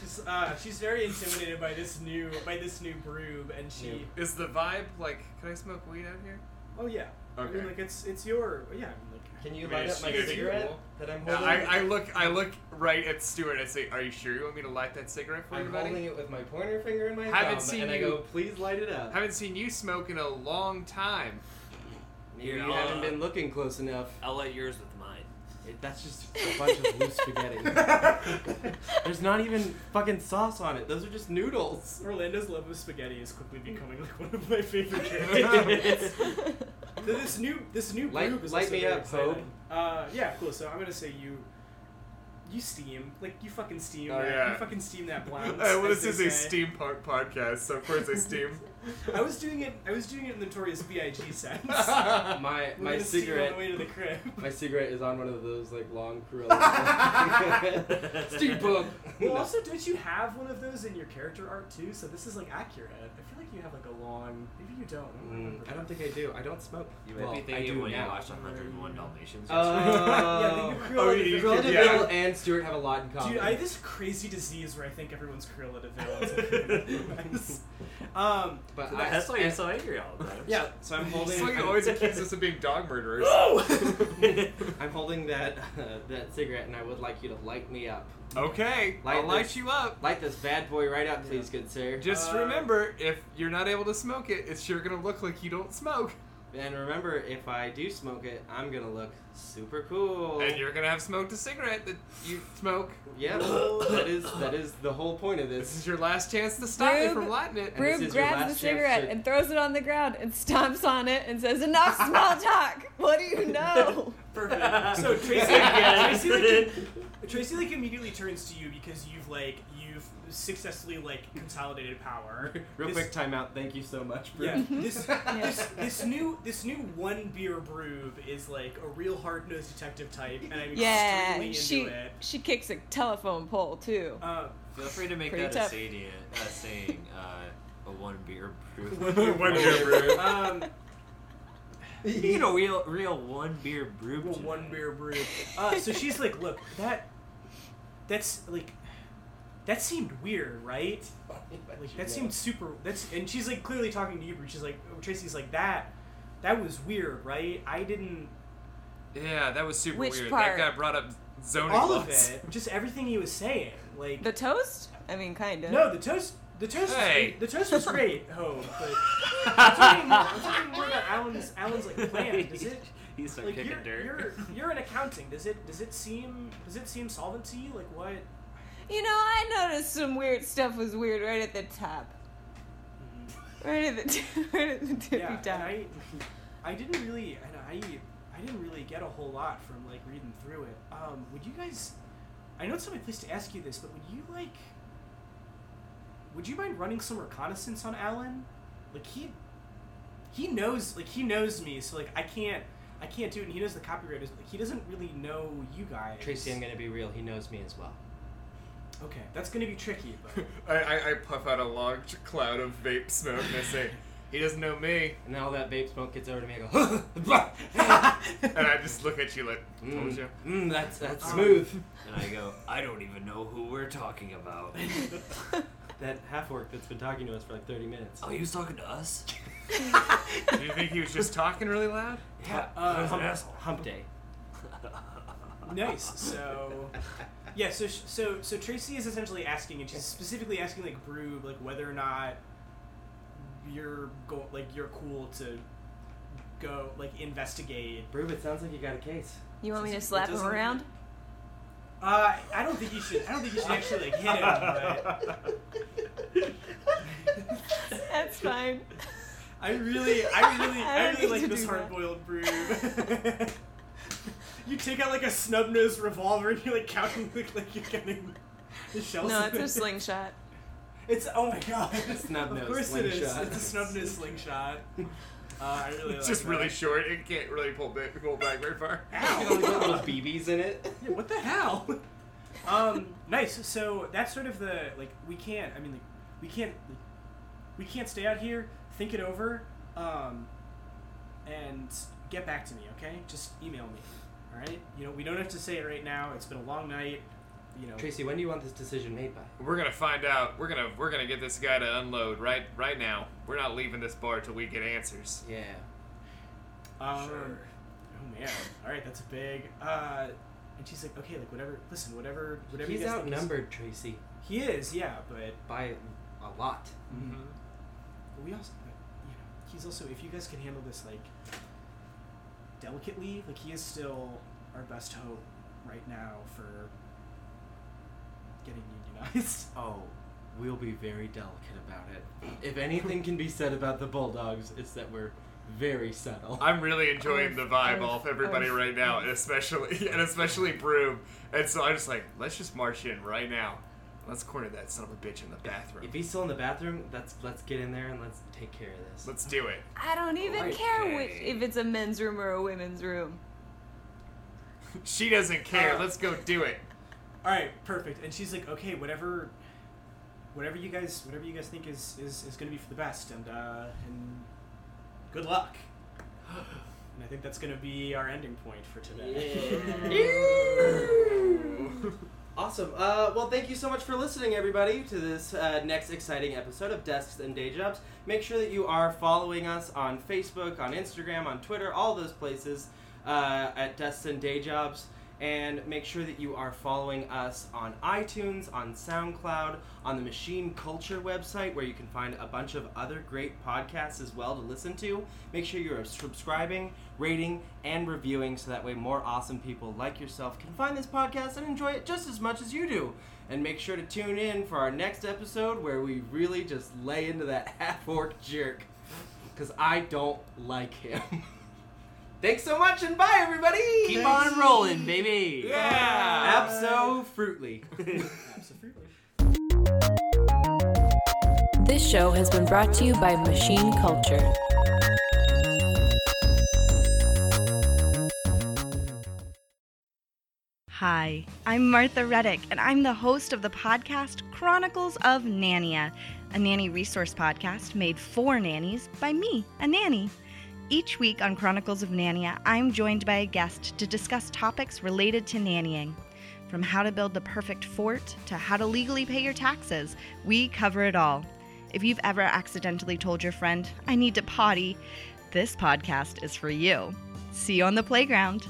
Speaker 2: she's, uh, she's very intimidated by this new by this new broob, and she.
Speaker 5: New.
Speaker 4: Is the vibe like? Can I smoke weed out here?
Speaker 2: Oh yeah. I mean,
Speaker 4: Okay.
Speaker 2: like it's it's your yeah. I mean, like,
Speaker 12: Can you
Speaker 4: I mean,
Speaker 12: light
Speaker 4: it's
Speaker 12: up my
Speaker 4: you, it's
Speaker 12: cigarette
Speaker 4: cool.
Speaker 12: that I'm
Speaker 4: No,
Speaker 12: holding?
Speaker 4: I, I look I look right at Stuart and I say, "Are you sure you want me to light that cigarette for you,
Speaker 12: am
Speaker 4: buddy?"
Speaker 12: holding it with my pointer finger and my thumb,
Speaker 4: Haven't seen
Speaker 12: and I
Speaker 4: you-
Speaker 12: go, "Please light it up."
Speaker 4: Haven't seen you smoke in a long time.
Speaker 5: Maybe you
Speaker 6: You're
Speaker 5: haven't
Speaker 6: on.
Speaker 5: been looking close enough.
Speaker 6: I'll light yours with mine.
Speaker 5: It, that's just a bunch of loose spaghetti. There's not even fucking sauce on it. Those are just noodles.
Speaker 2: Orlando's love of spaghetti is quickly becoming like one of my favorite characters. so this new this new
Speaker 5: Light-
Speaker 2: group is
Speaker 5: light
Speaker 2: also
Speaker 5: me
Speaker 2: very
Speaker 5: up,
Speaker 2: exciting.
Speaker 5: Hope.
Speaker 2: Uh, yeah, cool. So I'm gonna say you. You steam like you fucking steam.
Speaker 4: Oh,
Speaker 2: that,
Speaker 4: yeah.
Speaker 2: You fucking steam that
Speaker 4: Uh,
Speaker 2: blunt.
Speaker 4: well,
Speaker 2: as
Speaker 4: this is
Speaker 2: they
Speaker 4: a
Speaker 2: say.
Speaker 4: steampunk podcast, so of course I steam.
Speaker 2: I was doing it. I was doing it in the Notorious B.I.G. sense.
Speaker 5: My
Speaker 2: We're
Speaker 5: my
Speaker 2: gonna steam
Speaker 5: cigarette.
Speaker 2: on the way to the crib.
Speaker 5: My cigarette is on one of those like long Corolla. Steampunk.
Speaker 2: Well, also, don't you have one of those in your character art too? So this is like accurate. I feel like you have like a long. Maybe you don't. I don't remember.
Speaker 5: Mm, I don't think I do. I don't smoke.
Speaker 6: You might
Speaker 5: well,
Speaker 6: be
Speaker 5: I
Speaker 6: thinking
Speaker 5: do
Speaker 6: of when
Speaker 5: now.
Speaker 6: you watched 101 Dalmatians.
Speaker 5: Oh.
Speaker 2: yeah,
Speaker 4: Oh,
Speaker 2: the
Speaker 4: you-
Speaker 2: Cruella de
Speaker 5: Cruella de
Speaker 4: yeah.
Speaker 5: Vil and Stuart have a lot in common.
Speaker 2: Dude, I have this crazy disease where I think everyone's Cruella de Vil. is a human. um,
Speaker 5: but I,
Speaker 6: That's why you're so angry all the time.
Speaker 5: yeah, so I'm holding.
Speaker 4: It's like it always accuses us of being dog murderers.
Speaker 5: I'm holding that uh, that cigarette, and I would like you to light me up.
Speaker 4: okay,
Speaker 5: Light
Speaker 4: I'll light
Speaker 5: this.
Speaker 4: you up.
Speaker 5: Light this bad boy right up, please, good sir.
Speaker 4: Just
Speaker 2: Uh,
Speaker 4: remember, if you're not able to smoke it, it's sure gonna look like you don't smoke,
Speaker 5: And remember, if I do smoke it, I'm gonna look super cool.
Speaker 4: and you're gonna have smoked a cigarette that you smoke.
Speaker 5: Yep, that is that is the whole point of
Speaker 4: This
Speaker 5: this.
Speaker 4: is your last chance to stop me
Speaker 7: Rube-
Speaker 4: from lighting it.
Speaker 5: And this
Speaker 7: Rube
Speaker 5: is your
Speaker 7: grabs the
Speaker 5: last chance
Speaker 7: cigarette
Speaker 5: to-
Speaker 7: and throws it on the ground and stomps on it and says, Enough small talk, what do you know?
Speaker 2: perfect. So Tracy,
Speaker 6: Yes.
Speaker 2: Tracy, like, Tracy like immediately turns to you because you've like you've successfully like consolidated power.
Speaker 5: Real
Speaker 2: This-
Speaker 5: quick timeout. Thank you so much, Bruce.
Speaker 2: Yeah, this, this this new this new one beer brew is like a real hard nosed detective type, and I'm
Speaker 7: yeah,
Speaker 2: extremely into
Speaker 7: she
Speaker 2: it.
Speaker 7: she kicks a telephone pole too.
Speaker 2: Uh,
Speaker 6: Feel free to make
Speaker 7: Pretty
Speaker 6: that
Speaker 7: tough.
Speaker 6: a sadient, uh, saying, uh, a one beer brew.
Speaker 4: One beer brew.
Speaker 2: um,
Speaker 6: You need a real, real one beer brew.
Speaker 2: Well,
Speaker 6: tonight.
Speaker 2: one beer brew. Uh, so she's like, look, that, that's like, that seemed weird, right? Like that seemed super. That's and she's like clearly talking to you, but she's like oh, Tracy's like that. That was weird, right? I didn't.
Speaker 4: Yeah, that was super
Speaker 7: Which
Speaker 4: weird.
Speaker 7: part?
Speaker 4: That guy brought up zoning
Speaker 2: All of
Speaker 4: laws.
Speaker 2: it, just everything he was saying, like
Speaker 7: The toast? I mean, kind of.
Speaker 2: no, the toast. The toast,
Speaker 4: Hey.
Speaker 2: was, the toast was great, home. But I'm talking, I'm talking more about Alan's, Alan's like plan. Does it
Speaker 6: He started
Speaker 2: like
Speaker 6: kicking
Speaker 2: you're,
Speaker 6: dirt.
Speaker 2: you're you're in accounting? Does it does it seem does it seem solvent to you? Like what?
Speaker 7: You know, I noticed some weird stuff was weird right at the top. Right at the, t- right at the tippy
Speaker 2: yeah, and
Speaker 7: top.
Speaker 2: I, I didn't really, and I, I didn't really get a whole lot from like reading through it. Um, would you guys? I know it's not my place to ask you this, but would you like? Would you mind running some reconnaissance on Alan? Like he, he knows, like he knows me, so like I can't, I can't do it. And he knows the copywriters, but like he doesn't really know you guys.
Speaker 5: Tracy, I'm gonna be real. He knows me as well.
Speaker 2: Okay, that's gonna be tricky. But
Speaker 4: I, I, I puff out a large cloud of vape smoke and I say, he doesn't know me.
Speaker 5: And now that vape smoke gets over to me, I go.
Speaker 4: And I just look at you like, told you.
Speaker 5: mm, mm, that's that's
Speaker 2: Um,
Speaker 5: smooth.
Speaker 6: And I go, I don't even know who we're talking about.
Speaker 5: That half orc that's been talking to us for like 30 minutes.
Speaker 6: Oh, he was talking to us?
Speaker 4: Do you think he was just talking really loud?
Speaker 6: Yeah,
Speaker 2: Uh,
Speaker 6: I was an
Speaker 2: hum-
Speaker 6: asshole.
Speaker 5: Hump day.
Speaker 2: Nice. So, yeah. So sh- so so Tracy is essentially asking, and she's specifically asking like Broob, like whether or not you're go like you're cool to go like investigate.
Speaker 5: Broob, it sounds like you got a case.
Speaker 7: You want me to
Speaker 2: Doesn't-
Speaker 7: slap him
Speaker 2: doesn't-
Speaker 7: around?
Speaker 2: Uh, I don't think you should. I don't think you should actually like hit him. But
Speaker 7: That's fine.
Speaker 2: I really, I really,
Speaker 7: I
Speaker 2: I,
Speaker 7: don't need
Speaker 2: really
Speaker 7: to
Speaker 2: like this
Speaker 7: do that.
Speaker 2: hard-boiled Broob. you take out like a snub-nosed revolver and you're like counting like, like you're getting the shells.
Speaker 7: No,
Speaker 2: of
Speaker 7: it's a
Speaker 2: it.
Speaker 7: slingshot.
Speaker 2: It's oh my god.
Speaker 9: snub-nosed
Speaker 2: Of course it is.
Speaker 9: slingshot.
Speaker 2: It's a snub-nosed slingshot. Uh, I really like
Speaker 4: It's just really
Speaker 2: that.
Speaker 4: short. It can't really pull back, pull back very far.
Speaker 2: Ow.
Speaker 9: You know, like, little BBs in it.
Speaker 2: Yeah, what the hell? um, nice. So that's sort of the like we can't. I mean, like we can't. Like, we can't stay out here. Think it over, um, and get back to me. Okay, just email me. All right. You know, we don't have to say it right now. It's been a long night. You know.
Speaker 5: Tracy, when do you want this decision made by?
Speaker 4: We're gonna find out. We're gonna we're gonna get this guy to unload right right now. We're not leaving this bar till we get answers.
Speaker 5: Yeah.
Speaker 2: Um,
Speaker 6: Sure.
Speaker 2: Oh man. All right. That's a big. Uh, and she's like, okay, like whatever. Listen, whatever, whatever. you
Speaker 5: He's
Speaker 2: guys think is-
Speaker 5: outnumbered, Tracy,
Speaker 2: He is, yeah, but
Speaker 5: by a lot.
Speaker 4: Mm-hmm.
Speaker 2: But we also, but, you know, he's also, if you guys can handle this, like, delicately, like, he is still our best hope right now for getting unionized.
Speaker 9: Oh, we'll be very delicate about it. If anything can be said about the Bulldogs, it's that we're very subtle.
Speaker 4: I'm really enjoying the vibe
Speaker 7: Oof,
Speaker 4: off everybody
Speaker 7: oof,
Speaker 4: right now, and especially and especially Broom. And so I'm just like, let's just march in right now. Let's corner that son of a bitch in the bathroom.
Speaker 5: If he's still in the bathroom, that's let's get in there and let's take care of this.
Speaker 4: Let's do it.
Speaker 7: I don't even care which,
Speaker 4: Okay.
Speaker 7: if it's a men's room or a women's room.
Speaker 4: She doesn't care.
Speaker 2: Uh,
Speaker 4: let's go do it.
Speaker 2: All right, perfect. And she's like, okay, whatever, whatever you guys, whatever you guys think is is, is going to be for the best, and uh, and good luck. And I think that's going to be our ending point for today.
Speaker 5: Awesome. Uh, well, thank you so much for listening, everybody, to this uh, next exciting episode of Desks and Day Jobs. Make sure that you are following us on Facebook, on Instagram, on Twitter, all those places uh, at Desks and Day Jobs. And make sure that you are following us on iTunes, on SoundCloud, on the Machine Culture website, where you can find a bunch of other great podcasts as well to listen to. Make sure you're subscribing, rating, and reviewing so that way more awesome people like yourself can find this podcast and enjoy it just as much as you do. And make sure to tune in for our next episode where we really just lay into that half orc jerk because I don't like him. Thanks so much and bye, everybody!
Speaker 8: Keep on rolling, baby.
Speaker 4: Yeah.
Speaker 5: Absolutely.
Speaker 2: Absolutely.
Speaker 13: This show has been brought to you by Machine Culture.
Speaker 14: Hi, I'm Martha Reddick, and I'm the host of the podcast Chronicles of Nania, a nanny resource podcast made for nannies by me, a nanny. Each week on Chronicles of Nania, I'm joined by a guest to discuss topics related to nannying. From how to build the perfect fort to how to legally pay your taxes, we cover it all. If you've ever accidentally told your friend, I need to potty, this podcast is for you. See you on the playground.